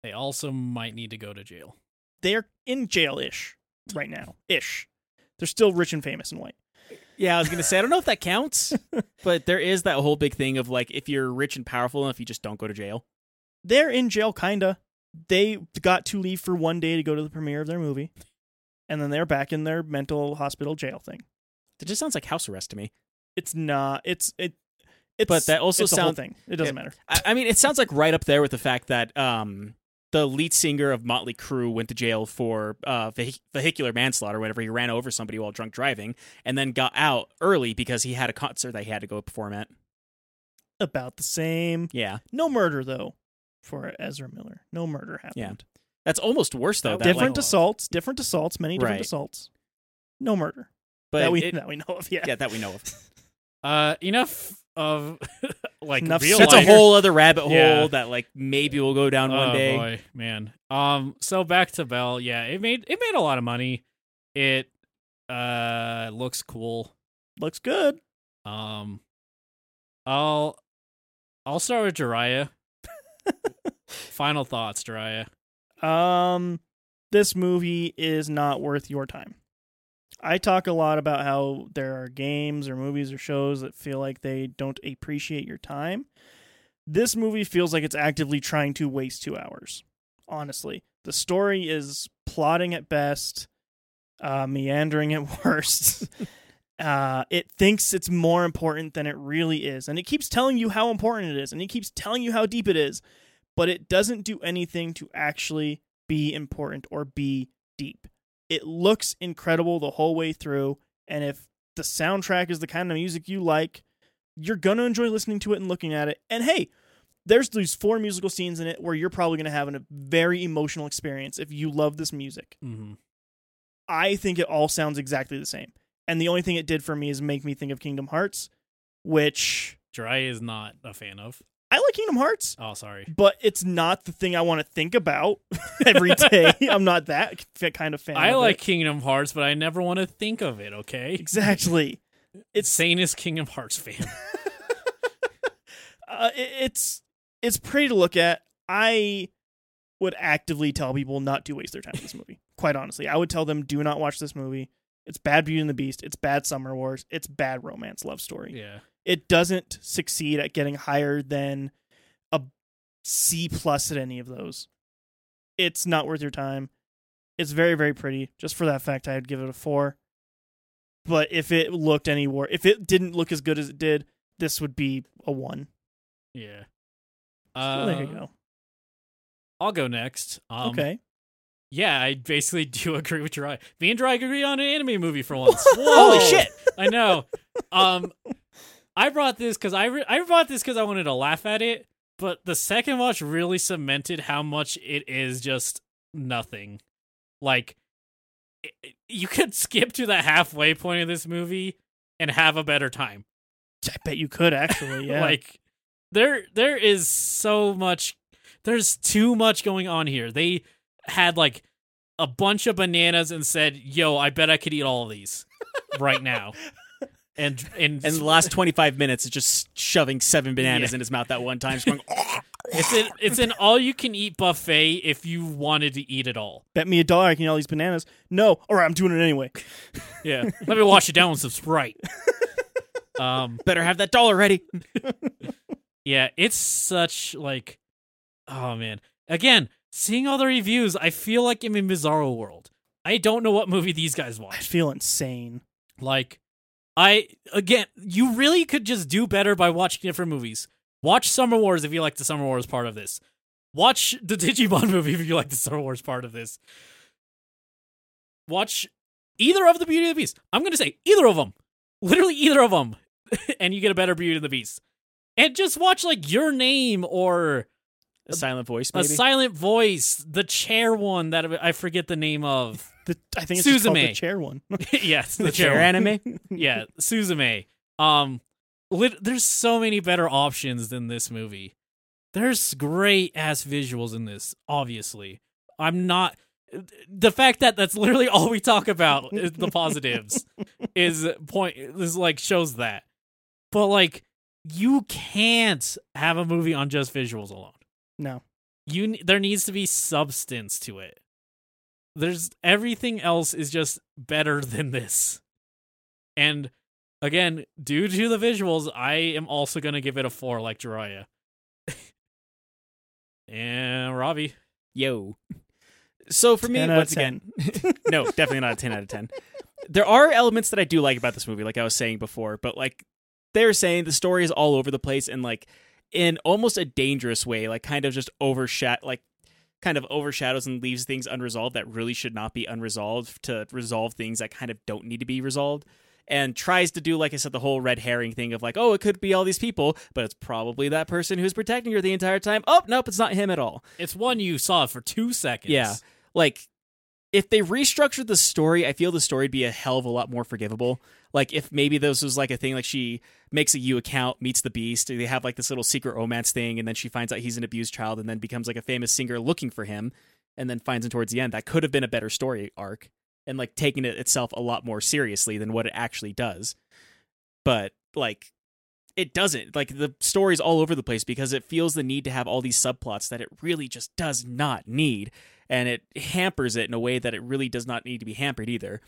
Speaker 1: they also might need to go to jail.
Speaker 3: They're in jail ish right now. Ish. They're still rich and famous and white.
Speaker 2: Yeah, I was gonna say I don't know if that counts, but there is that whole big thing of like if you're rich and powerful enough, you just don't go to jail.
Speaker 3: they're in jail kinda they got to leave for one day to go to the premiere of their movie and then they're back in their mental hospital jail thing
Speaker 2: That just sounds like house arrest to me.
Speaker 3: it's not it's it it's
Speaker 2: But that also
Speaker 3: it's a whole
Speaker 2: sound-
Speaker 3: thing it doesn't
Speaker 2: Yeah.
Speaker 3: matter
Speaker 2: I, I mean, it sounds like right up there with the fact that um, the lead singer of Motley Crue went to jail for uh, vehi- vehicular manslaughter whenever he ran over somebody while drunk driving, and then got out early because he had a concert that he had to go perform at.
Speaker 3: about the same
Speaker 2: Yeah,
Speaker 3: no murder though for Ezra Miller no murder happened
Speaker 2: that's almost worse though. That, like,
Speaker 3: different assaults different assaults many different
Speaker 2: Right.
Speaker 3: assaults no murder
Speaker 2: but
Speaker 3: that we
Speaker 2: it-
Speaker 3: that we know of yeah,
Speaker 2: yeah, that we know of.
Speaker 1: Uh, enough of like
Speaker 3: Enough
Speaker 1: real
Speaker 3: said.
Speaker 2: That's a
Speaker 1: life.
Speaker 2: whole other rabbit hole
Speaker 1: Yeah.
Speaker 2: that like maybe will go down one
Speaker 1: oh,
Speaker 2: day.
Speaker 1: boy, man. Um, so back to Bell. Yeah, it made it made a lot of money. It uh looks cool.
Speaker 3: Looks good.
Speaker 1: Um, I'll I'll start with Jiraiya. Final thoughts, Jiraiya.
Speaker 3: Um, this movie is not worth your time. I talk a lot about how there are games or movies or shows that feel like they don't appreciate your time. This movie feels like it's actively trying to waste two hours. Honestly, the story is plotting at best, uh, meandering at worst. uh, it thinks it's more important than it really is, and it keeps telling you how important it is, and it keeps telling you how deep it is, but it doesn't do anything to actually be important or be deep. It looks incredible the whole way through, and if the soundtrack is the kind of music you like, you're going to enjoy listening to it and looking at it. And hey, there's these four musical scenes in it where you're probably going to have a very emotional experience if you love this music.
Speaker 1: Mm-hmm.
Speaker 3: I think it all sounds exactly the same. And the only thing it did for me is make me think of Kingdom Hearts, which
Speaker 1: Jiraiya is not a fan of.
Speaker 3: I like Kingdom Hearts.
Speaker 1: Oh, sorry.
Speaker 3: but it's not the thing I want to think about every day. I'm not that k- kind of fan.
Speaker 1: I
Speaker 3: of it.
Speaker 1: like Kingdom Hearts, but I never want to think of it. Okay,
Speaker 3: exactly.
Speaker 1: it's sanest Kingdom Hearts fan.
Speaker 3: Uh, it, it's it's pretty to look at. I would actively tell people not to waste their time with this movie. Quite honestly, I would tell them do not watch this movie. It's bad Beauty and the Beast. It's bad Summer Wars. It's bad romance love story.
Speaker 1: yeah,
Speaker 3: It doesn't succeed at getting higher than a C plus at any of those. It's not worth your time. It's very, very pretty. Just for that fact, I'd give it a four. But if it looked any wor if it didn't look as good as it did, this would be a one.
Speaker 1: yeah.
Speaker 3: So
Speaker 1: Uh,
Speaker 3: there you go.
Speaker 1: I'll go next. Um,
Speaker 3: okay.
Speaker 1: Yeah, I basically do agree with your eye. Me and Dry agree on an anime movie for once.
Speaker 3: Holy
Speaker 1: Whoa!
Speaker 3: shit!
Speaker 1: I know. Um, I brought this because I re- I brought this because I wanted to laugh at it, but the second watch really cemented how much it is just nothing. Like, it- it- you could skip to the halfway point of this movie and have a better time.
Speaker 3: I bet you could actually. Yeah.
Speaker 1: Like there there is so much there's too much going on here. They had like a bunch of bananas and said, "Yo, I bet I could eat all of these right now." And and,
Speaker 2: And the last 25 minutes is just shoving seven bananas
Speaker 1: Yeah.
Speaker 2: in his mouth at one time. Just going,
Speaker 1: it's an it's an all you can eat buffet if you wanted to eat it all.
Speaker 3: bet me a dollar I can eat all these bananas. No. All right, I'm doing it anyway.
Speaker 1: Yeah. Let me wash it down with some Sprite. Um
Speaker 2: better have that dollar ready.
Speaker 1: Yeah, it's such like, oh man. Again, seeing all the reviews, I feel like I'm in Bizarro World. I don't know what movie these guys
Speaker 3: I
Speaker 1: watched.
Speaker 3: feel insane.
Speaker 1: Like, I again, you really could just do better by watching different movies. Watch Summer Wars if you like the Summer Wars part of this. Watch the Digimon movie if you like the Summer Wars part of this. Watch either of the Beauty and the Beast. I'm gonna say either of them, literally either of them, and you get a better Beauty and the Beast. And just watch like Your Name or
Speaker 2: A silent voice,
Speaker 1: a
Speaker 2: maybe.
Speaker 1: silent voice, the chair one that I forget the name of.
Speaker 3: The, I think it's just called the
Speaker 1: Suzume.
Speaker 3: chair one.
Speaker 1: yes, the,
Speaker 2: the
Speaker 1: chair.
Speaker 2: chair
Speaker 1: one.
Speaker 2: anime.
Speaker 1: Yeah, Suzume. Um, lit- there's so many better options than this movie. There's great ass visuals in this. Obviously, I'm not the fact that that's literally all we talk about is the positives is point is like shows that. But like, you can't have a movie on just visuals alone
Speaker 3: no.
Speaker 1: you ne- there needs to be substance to it there's everything else is just better than this and again due to the visuals i am also going to give it a 4 like Jiraiya. and robbie
Speaker 2: Yo. So for me,
Speaker 3: 10 out of
Speaker 2: once again, no, definitely not a 10 out of 10. There are elements that I do like about this movie, like I was saying before, but like they're saying the story is all over the place and like in almost a dangerous way, like kind of just overshadow, like kind of overshadows and leaves things unresolved that really should not be unresolved to resolve things that kind of don't need to be resolved. And tries to do, like I said, the whole red herring thing of like, oh, it could be all these people, but it's probably that person who's protecting her the entire time. Oh, nope, it's not him at all.
Speaker 1: it's one you saw for two seconds
Speaker 2: Yeah. Like if they restructured the story, I feel the story'd be a hell of a lot more forgivable. Like if maybe this was like a thing, like she makes a U account, meets the Beast, and they have like this little secret romance thing, and then she finds out he's an abused child, and then becomes like a famous singer looking for him, and then finds him towards the end. That could have been a better story arc, and like taking it itself a lot more seriously than what it actually does. But like it doesn't like the story's all over the place because it feels the need to have all these subplots that it really just does not need and it hampers it in a way that it really does not need to be hampered either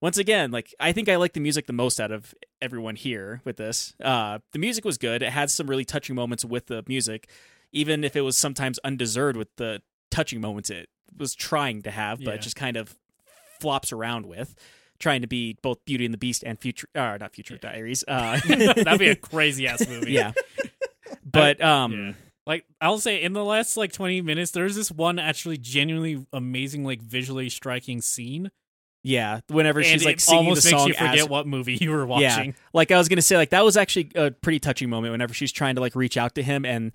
Speaker 2: once again like i think i like the music the most out of everyone here with this uh the music was good it had some really touching moments with the music even if it was sometimes undeserved with the touching moments it was trying to have but
Speaker 1: Yeah.
Speaker 2: just kind of flops around with trying to be both beauty and the beast and future uh, not future diaries uh
Speaker 1: That'd be a crazy ass movie.
Speaker 2: yeah. But um
Speaker 1: Yeah. Like I'll say in the last like 20 minutes there's this one actually genuinely amazing like visually striking scene
Speaker 2: yeah, whenever
Speaker 1: and
Speaker 2: she's like
Speaker 1: it
Speaker 2: singing
Speaker 1: almost
Speaker 2: the
Speaker 1: makes
Speaker 2: song
Speaker 1: you forget
Speaker 2: as-
Speaker 1: what movie you were
Speaker 2: Yeah.
Speaker 1: watching.
Speaker 2: like I was going to say like that was actually a pretty touching moment whenever she's trying to like reach out to him and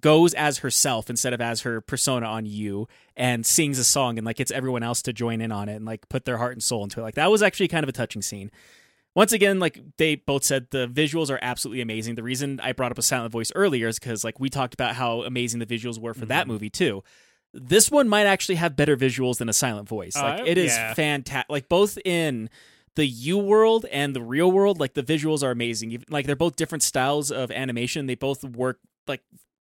Speaker 2: goes as herself instead of as her persona on you and sings a song and like gets everyone else to join in on it and like put their heart and soul into it. Like that was actually kind of a touching scene. Once again, like they both said, the visuals are absolutely amazing. The reason I brought up a silent voice earlier is because like we talked about how amazing the visuals were for
Speaker 1: Mm-hmm.
Speaker 2: that movie too. This one might actually have better visuals than a silent voice. Like
Speaker 1: Uh,
Speaker 2: it is
Speaker 1: yeah.
Speaker 2: fantastic. Like both in the U world and the real world, like the visuals are amazing. Even- Like they're both different styles of animation. They both work like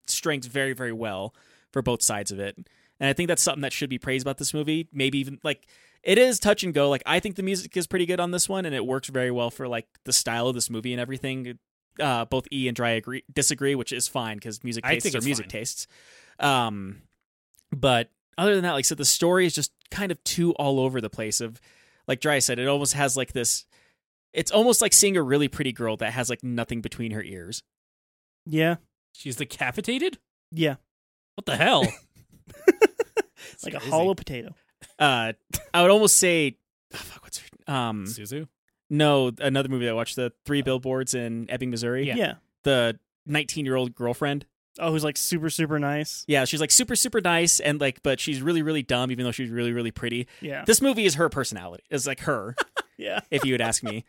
Speaker 2: strengths very very well for both sides of it. And I think that's something that should be praised about this movie. Maybe even like it is touch and go. Like I think the music is pretty good on this one, and it works very well for like the style of this movie and everything. Uh, both E and Dry agree disagree, which is fine because music
Speaker 1: I
Speaker 2: tastes
Speaker 1: think
Speaker 2: are
Speaker 1: it's
Speaker 2: music
Speaker 1: fine.
Speaker 2: tastes. Um, but other than that, like I said, the story is just kind of too all over the place. Of like Dry said, it almost has like this. It's almost like seeing a really pretty girl that has like nothing between her ears.
Speaker 3: Yeah.
Speaker 1: She's decapitated?
Speaker 3: Yeah.
Speaker 1: What the hell?
Speaker 2: It's
Speaker 3: Like
Speaker 2: crazy.
Speaker 3: a hollow potato.
Speaker 2: Uh, I would almost say, oh, fuck, what's her? Um,
Speaker 1: Suzu?
Speaker 2: no, another movie that I watched, the Three Billboards in Ebbing, Missouri.
Speaker 1: Uh, Yeah.
Speaker 2: the 19 year old girlfriend.
Speaker 3: Oh, who's like super, super nice.
Speaker 2: Yeah, she's like super, super nice and like, but she's really, really dumb, even though she's really, really pretty.
Speaker 3: Yeah.
Speaker 2: This movie is her personality. It's like her,
Speaker 3: Yeah.
Speaker 2: if you would ask me.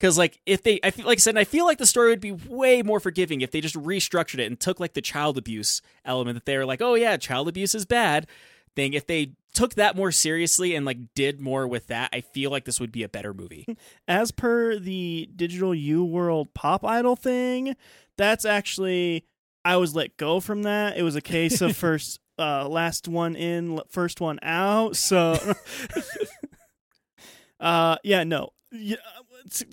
Speaker 2: Because like if they, I feel, like I said, and I feel like the story would be way more forgiving if they just restructured it and took like the child abuse element that they were like, oh yeah, child abuse is bad thing. If they took that more seriously and like did more with that, I feel like this would be a better movie.
Speaker 3: As per the digital U World pop idol thing, that's actually I was let go from that. It was a case of first uh last one in, l- first one out. So uh yeah, no. Yeah,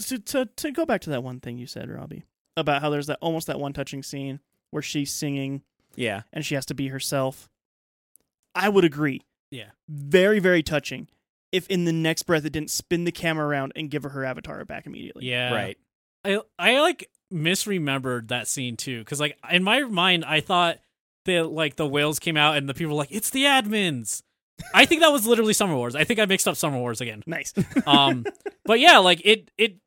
Speaker 3: to, to to go back to that one thing you said, Robbie, about how there's that almost that one touching scene where she's singing
Speaker 2: yeah,
Speaker 3: and she has to be herself. I would agree.
Speaker 1: Yeah.
Speaker 3: Very, very touching. If in the next breath it didn't spin the camera around and give her her avatar back immediately.
Speaker 1: Yeah.
Speaker 2: right.
Speaker 1: I I like misremembered that scene too because like in my mind I thought that like the whales came out and the people were like it's the admins. I think that was literally Summer Wars. I think I mixed up Summer Wars again.
Speaker 3: Nice.
Speaker 1: Um, but yeah, like it it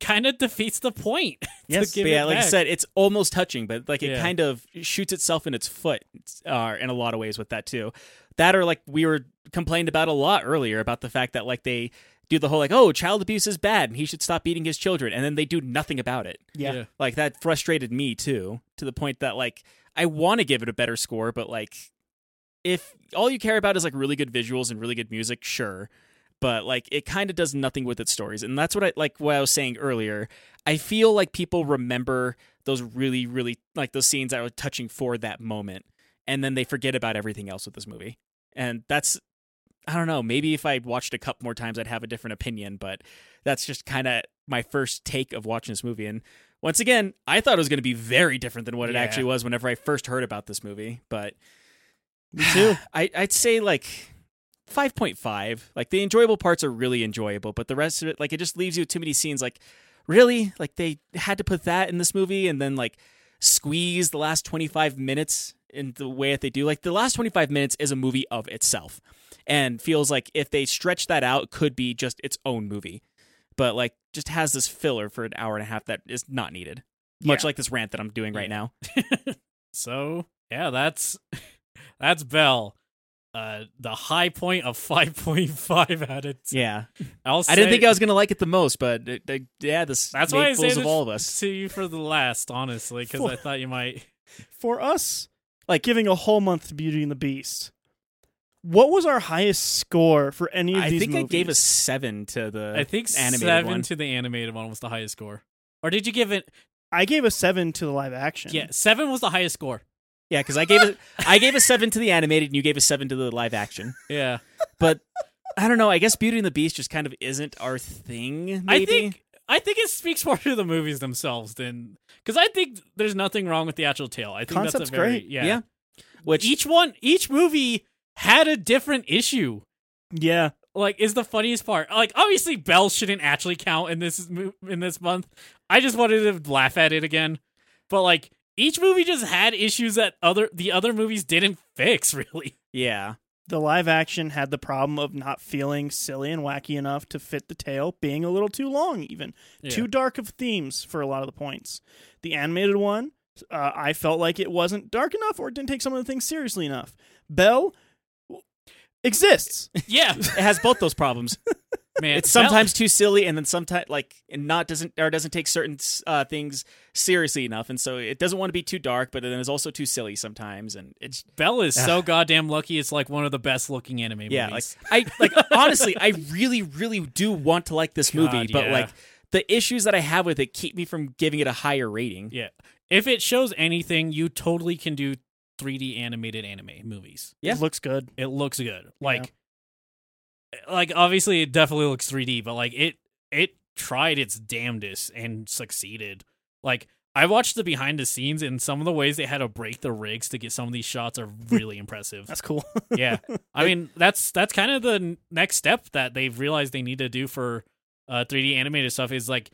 Speaker 1: kind of defeats the point. to
Speaker 3: Yes.
Speaker 1: give
Speaker 2: But
Speaker 1: it
Speaker 2: yeah, like I
Speaker 1: back.
Speaker 2: said, it's almost touching, but like it
Speaker 1: Yeah.
Speaker 2: kind of shoots itself in its foot uh, in a lot of ways with that too. That or like we were complained about a lot earlier about the fact that like they do the whole like oh child abuse is bad and he should stop beating his children and then they do nothing about it.
Speaker 3: Yeah.
Speaker 2: Like that frustrated me too to the point that like I want to give it a better score, but like if all you care about is like really good visuals and really good music, sure. But like it kind of does nothing with its stories. And that's what I like what I was saying earlier. I feel like people remember those really, really like those scenes that were touching for that moment. And then they forget about everything else with this movie. And that's I don't know, maybe if I watched a couple more times I'd have a different opinion, but that's just kinda my first take of watching this movie. And once again, I thought it was gonna be very different than what it
Speaker 1: Yeah.
Speaker 2: actually was whenever I first heard about this movie. But
Speaker 3: Me too.
Speaker 2: I, I'd say like 5.5. Like the enjoyable parts are really enjoyable, but the rest of it, like it just leaves you with too many scenes. Like, really? Like they had to put that in this movie and then like squeeze the last 25 minutes in the way that they do. Like the last 25 minutes is a movie of itself and feels like if they stretch that out, could be just its own movie. But like just has this filler for an hour and a half that is not needed. Much
Speaker 3: Yeah.
Speaker 2: like this rant that I'm doing right
Speaker 1: Yeah.
Speaker 2: now.
Speaker 1: So yeah, that's that's Bell. Uh, uh, the high point of 5.5 out of 10.
Speaker 2: Yeah,
Speaker 1: I'll
Speaker 2: I didn't
Speaker 1: say-
Speaker 2: think I was gonna like it the most, but it, it- yeah, this
Speaker 1: That's
Speaker 2: made
Speaker 1: why I
Speaker 2: fools
Speaker 1: saved
Speaker 2: of
Speaker 1: it
Speaker 2: all of us.
Speaker 1: to you for the last, honestly, because I
Speaker 3: For-
Speaker 1: thought you might.
Speaker 3: for us, like giving a whole month to Beauty and the Beast. What was our highest score for any of
Speaker 2: I
Speaker 3: these
Speaker 2: think
Speaker 3: movies?
Speaker 2: I gave a seven to the.
Speaker 1: I think
Speaker 2: animated
Speaker 1: seven
Speaker 2: one.
Speaker 1: to the animated one was the highest score, or did you give it?
Speaker 3: I gave a seven to the live action.
Speaker 1: Yeah, seven was the highest score.
Speaker 2: yeah, because I gave it. I gave a seven to the animated, and you gave a seven to the live action.
Speaker 1: Yeah,
Speaker 2: But I don't know. I guess Beauty and the Beast just kind of isn't our thing.
Speaker 1: I
Speaker 2: maybe?
Speaker 1: think I think it speaks more to the movies themselves than because I think there's nothing wrong with the actual tale. I think that's
Speaker 3: Concept's
Speaker 1: a very,
Speaker 3: great.
Speaker 1: Yeah, E
Speaker 2: Yeah. Which
Speaker 1: each one, each movie had a different issue.
Speaker 3: yeah.
Speaker 1: Like, is the funniest part. Like, obviously, Bell shouldn't actually count in this mo- in this month. I just wanted to laugh at it again, but like. Each movie just had issues that other the other movies didn't fix really.
Speaker 2: yeah.
Speaker 3: The live action had the problem of not feeling silly and wacky enough to fit the tale, being a little too long, even too dark of themes for a lot of the points. The animated one, uh, I felt like it wasn't dark enough or didn't take some of the things seriously enough. Belle w- exists.
Speaker 1: Yeah,
Speaker 2: It has both those problems.
Speaker 1: man.
Speaker 2: it's sometimes too silly and then sometimes like and not doesn't or doesn't take certain uh, things seriously enough and so it doesn't want to be too dark but then it's also too silly sometimes and it's
Speaker 1: Bell is so goddamn lucky. It's like one of the best looking anime
Speaker 2: yeah like
Speaker 1: movies.
Speaker 2: i like honestly i really really do want to like this
Speaker 1: God,
Speaker 2: movie but
Speaker 1: yeah.
Speaker 2: like the issues that i have with it keep me from giving it a higher rating
Speaker 1: yeah. If it shows anything, you totally can do 3D animated anime movies.
Speaker 2: Yeah.
Speaker 3: It looks good.
Speaker 1: It looks good. Like, like obviously it definitely looks 3D, but like it it tried its damnedest and succeeded. Like I watched the behind the scenes, and some of the ways they had to break the rigs to get some of these shots are really impressive.
Speaker 3: That's cool.
Speaker 1: yeah i mean that's that's kind of the n- next step that they've realized they need to do for uh 3d animated stuff is like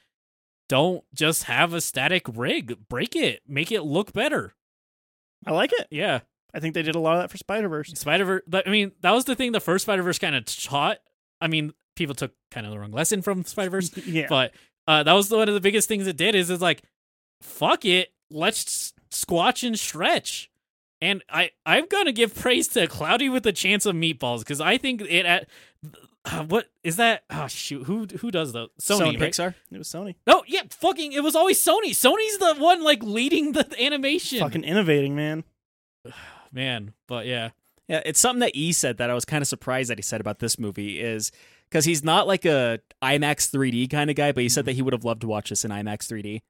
Speaker 1: don't just have a static rig break it make it look better
Speaker 3: I like it.
Speaker 1: yeah
Speaker 3: I think they did a lot of that for Spider Verse.
Speaker 1: spider-verse i mean that was the thing the first spider-verse kind of taught i mean people took kind of the wrong lesson from spider-verse
Speaker 3: Yeah.
Speaker 1: but uh that was one of the biggest things it did is it's like fuck it let's s- squatch and stretch and i i'm gonna give praise to cloudy with a chance of meatballs because i think it at uh, what is that oh shoot who who does those sony,
Speaker 3: Sony
Speaker 1: right?
Speaker 2: pixar
Speaker 3: it was Sony.
Speaker 1: no yeah fucking it was always sony sony's the one like leading the animation
Speaker 3: Fucking innovating, man.
Speaker 1: man but yeah
Speaker 2: yeah it's something that e said that i was kind of surprised that he said about this movie is because he's not like a imax 3d kind of guy but he said that he would have loved to watch this in imax 3d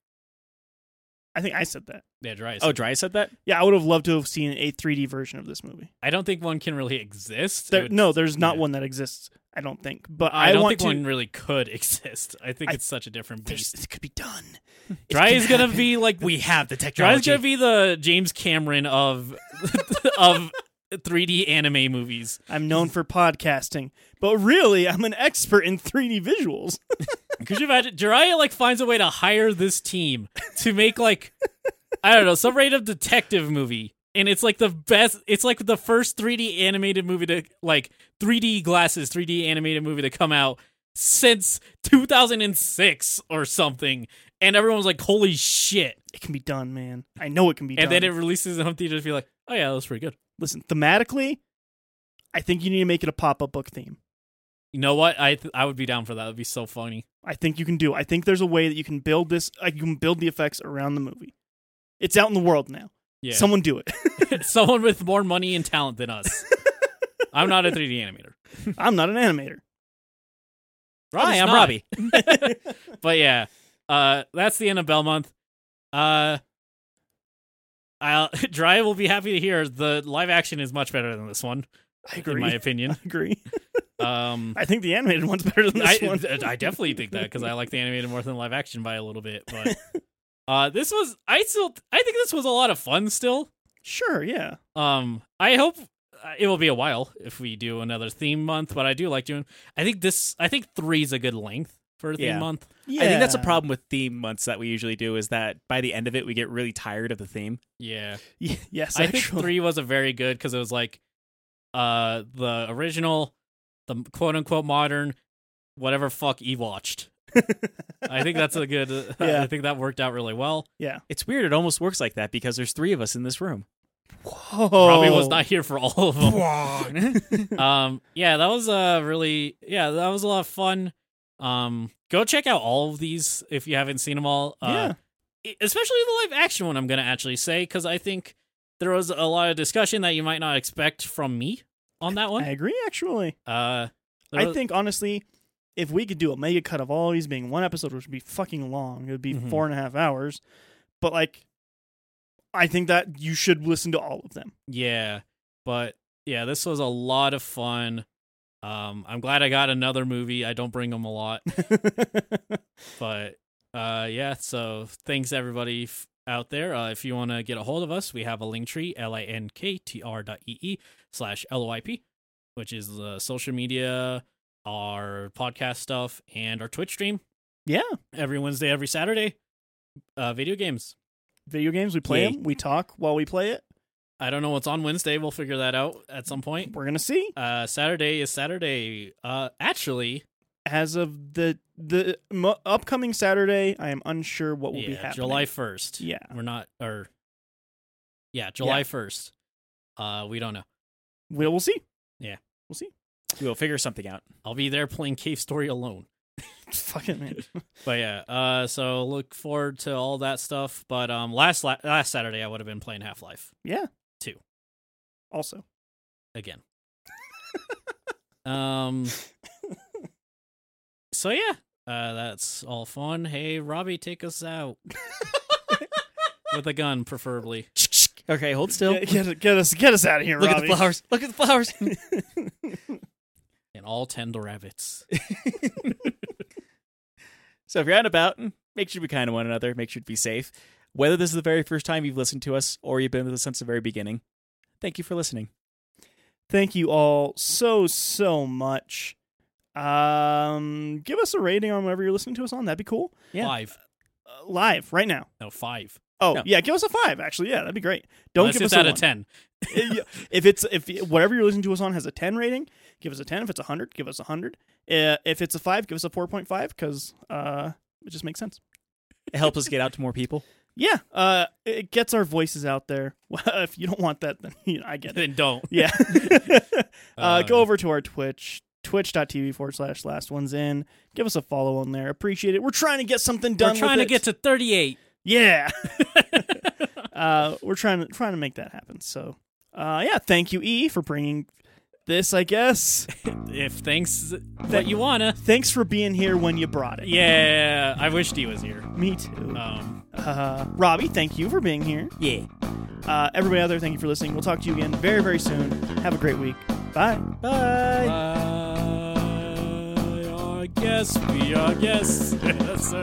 Speaker 3: I think I said that.
Speaker 1: yeah dry
Speaker 2: oh dry said that
Speaker 3: Yeah, I would have loved to have seen a 3D version of this movie.
Speaker 1: i don't think one can really exist It
Speaker 3: There,
Speaker 1: would-
Speaker 3: no, there's not
Speaker 1: yeah.
Speaker 3: one that exists. I don't think. But
Speaker 1: i, don't
Speaker 3: want
Speaker 1: think
Speaker 3: to.
Speaker 1: one really could exist i think
Speaker 3: I-
Speaker 1: it's such a different
Speaker 3: there's-
Speaker 1: beast
Speaker 3: it could be done. It
Speaker 1: dry
Speaker 3: can
Speaker 1: is gonna
Speaker 3: happen.
Speaker 1: be like
Speaker 2: we have the
Speaker 1: Dry
Speaker 2: technology
Speaker 1: is gonna be the James Cameron of of 3D anime movies.
Speaker 3: I'm known for podcasting, but really, I'm an expert in 3D visuals.
Speaker 1: Could you imagine? Jiraiya like finds a way to hire this team to make like I don't know some random detective movie, and it's like the best. It's like the first 3D animated movie to like 3D glasses 3D animated movie to come out since 2006 or something, and everyone's like, "Holy shit!"
Speaker 3: It can be done, man. I know it can be
Speaker 1: And
Speaker 3: done.
Speaker 1: then it releases in home theaters, be like, "Oh yeah, that was pretty good."
Speaker 3: Listen, thematically, I think you need to make it a pop-up book theme.
Speaker 1: You know what? I th- I would be down for that. That'd be so funny.
Speaker 3: I think you can do. I think there's a way that you can build this. Like you can build the effects around the movie. It's out in the world now.
Speaker 1: Yeah.
Speaker 3: Someone do it.
Speaker 1: someone with more money and talent than us. I'm not a 3D animator.
Speaker 3: I'm not an animator.
Speaker 1: Robbie's
Speaker 2: Hi, I'm
Speaker 1: not.
Speaker 2: Robbie.
Speaker 1: But yeah, uh, that's the end of Belmont. Uh, I'll, Dry will be happy to hear the live action is much better than this one,
Speaker 3: I
Speaker 1: in
Speaker 3: agree.
Speaker 1: my
Speaker 3: I
Speaker 1: opinion.
Speaker 3: agree.
Speaker 1: Um,
Speaker 3: I think the animated one's better than
Speaker 1: I,
Speaker 3: this one.
Speaker 1: I definitely think that because I like the animated more than live action by a little bit. But uh, this was I still I think this was a lot of fun still.
Speaker 3: Sure, yeah.
Speaker 1: Um, I hope uh, it will be a while if we do another theme month, but I do like doing. I think this. I think three is a good length for a theme
Speaker 2: Yeah.
Speaker 1: month.
Speaker 3: Yeah.
Speaker 2: I think that's a problem with theme months that we usually do is that by the end of it we get really tired of the theme.
Speaker 1: Yeah,
Speaker 3: Y- yes,
Speaker 1: I think
Speaker 3: actually.
Speaker 1: three was a very good because it was like, uh, the original, the quote unquote modern, whatever fuck e watched. I think that's a good. I
Speaker 3: Yeah.
Speaker 1: think that worked out really well.
Speaker 3: Yeah.
Speaker 2: It's weird. It almost works like that because there's three of us in this room.
Speaker 3: Whoa.
Speaker 1: Robbie was
Speaker 3: Oh.
Speaker 1: not here for all of them.
Speaker 2: Wong.
Speaker 1: um yeah that was uh really yeah that was a lot of fun um go check out all of these if you haven't seen them all uh e- especially the live action one i'm gonna actually say because i think there was a lot of discussion that you might not expect from me on that
Speaker 3: I
Speaker 1: one
Speaker 3: agree. Actually,
Speaker 1: uh there
Speaker 3: I
Speaker 1: was-
Speaker 3: think honestly, if we could do a mega cut of all these being one episode, which would be fucking long, it would be
Speaker 1: Mhm.
Speaker 3: four and a half hours. But like, I think that you should listen to all of them.
Speaker 1: yeah but yeah this was a lot of fun um i'm glad i got another movie i don't bring them a lot but uh yeah so thanks everybody f- out there uh, if you want to get a hold of us we have a link tree l-i-n-k-t-r dot e-e slash l-o-i-p which is uh, social media our podcast stuff and our twitch stream
Speaker 3: yeah,
Speaker 1: every wednesday every saturday uh video games
Speaker 3: video games. We play
Speaker 1: Yay.
Speaker 3: them. We talk while we play it.
Speaker 1: i don't know what's on wednesday we'll figure that out at some point
Speaker 3: We're gonna see.
Speaker 1: uh saturday is saturday uh actually
Speaker 3: As of the the mo- upcoming Saturday, I am unsure what will be
Speaker 1: yeah,
Speaker 3: happening.
Speaker 1: july 1st
Speaker 3: Yeah.
Speaker 1: we're not or yeah july 1st uh we don't know
Speaker 3: We'll, we'll see.
Speaker 2: we'll figure something out.
Speaker 1: I'll be there playing Cave Story alone.
Speaker 3: Fucking man.
Speaker 1: But yeah, uh, so look forward to all that stuff. But um, last la- last Saturday I would have been playing Half Life
Speaker 3: Yeah.
Speaker 1: Two.
Speaker 3: Also.
Speaker 1: again. um. So yeah, uh, that's all fun. Hey, Robbie, take us out with a gun, preferably.
Speaker 2: Okay, hold still.
Speaker 3: Get, get, get us get us out of here,
Speaker 2: Look
Speaker 3: Robbie.
Speaker 2: at the flowers. Look at the flowers.
Speaker 1: And all tender rabbits.
Speaker 2: so if you're out and about, mm, make sure to be kind to one another. Make sure to be safe. Whether this is the very first time you've listened to us or you've been with us since the very beginning, thank you for listening.
Speaker 3: Thank you all so so much. Um, give us a rating on whatever you're listening to us on. That'd be cool.
Speaker 2: Yeah.
Speaker 1: Five,
Speaker 3: Uh, live right now.
Speaker 1: no five.
Speaker 3: Oh
Speaker 2: No.
Speaker 3: yeah, give us a five. Actually, yeah, that'd be great. Don't
Speaker 1: Unless
Speaker 3: give us
Speaker 1: it's
Speaker 3: a
Speaker 1: out
Speaker 3: one.
Speaker 1: of ten.
Speaker 3: Yeah, if it's if whatever you're listening to us on has a 10 rating give us a 10 if it's a 100 give us a 100 uh, if it's a 5 give us a 4.5 because uh, it just makes sense
Speaker 2: It helps us get out to more people.
Speaker 3: yeah uh, it gets our voices out there well, if you don't want that then you know, i get it
Speaker 1: Then don't.
Speaker 3: yeah uh,
Speaker 1: Uh,
Speaker 3: go over to our twitch twitch.tv forward slash last ones in give us a follow on there appreciate it we're trying to get something done
Speaker 1: We're trying to
Speaker 3: with it.
Speaker 1: get to thirty-eight.
Speaker 3: Yeah. uh, we're trying to trying to make that happen. So, uh, yeah, thank you E for bringing this, I guess.
Speaker 1: If thanks that you wanna.
Speaker 3: Thanks for being here when you brought it.
Speaker 1: Yeah, I wished he was here.
Speaker 3: Me too.
Speaker 1: Um,
Speaker 3: Uh, Robbie, thank you for being here.
Speaker 2: Yeah.
Speaker 3: Uh, everybody out there, thank you for listening. We'll talk to you again very, very soon. Have a great week. Bye.
Speaker 2: Bye.
Speaker 1: I guess we are guests.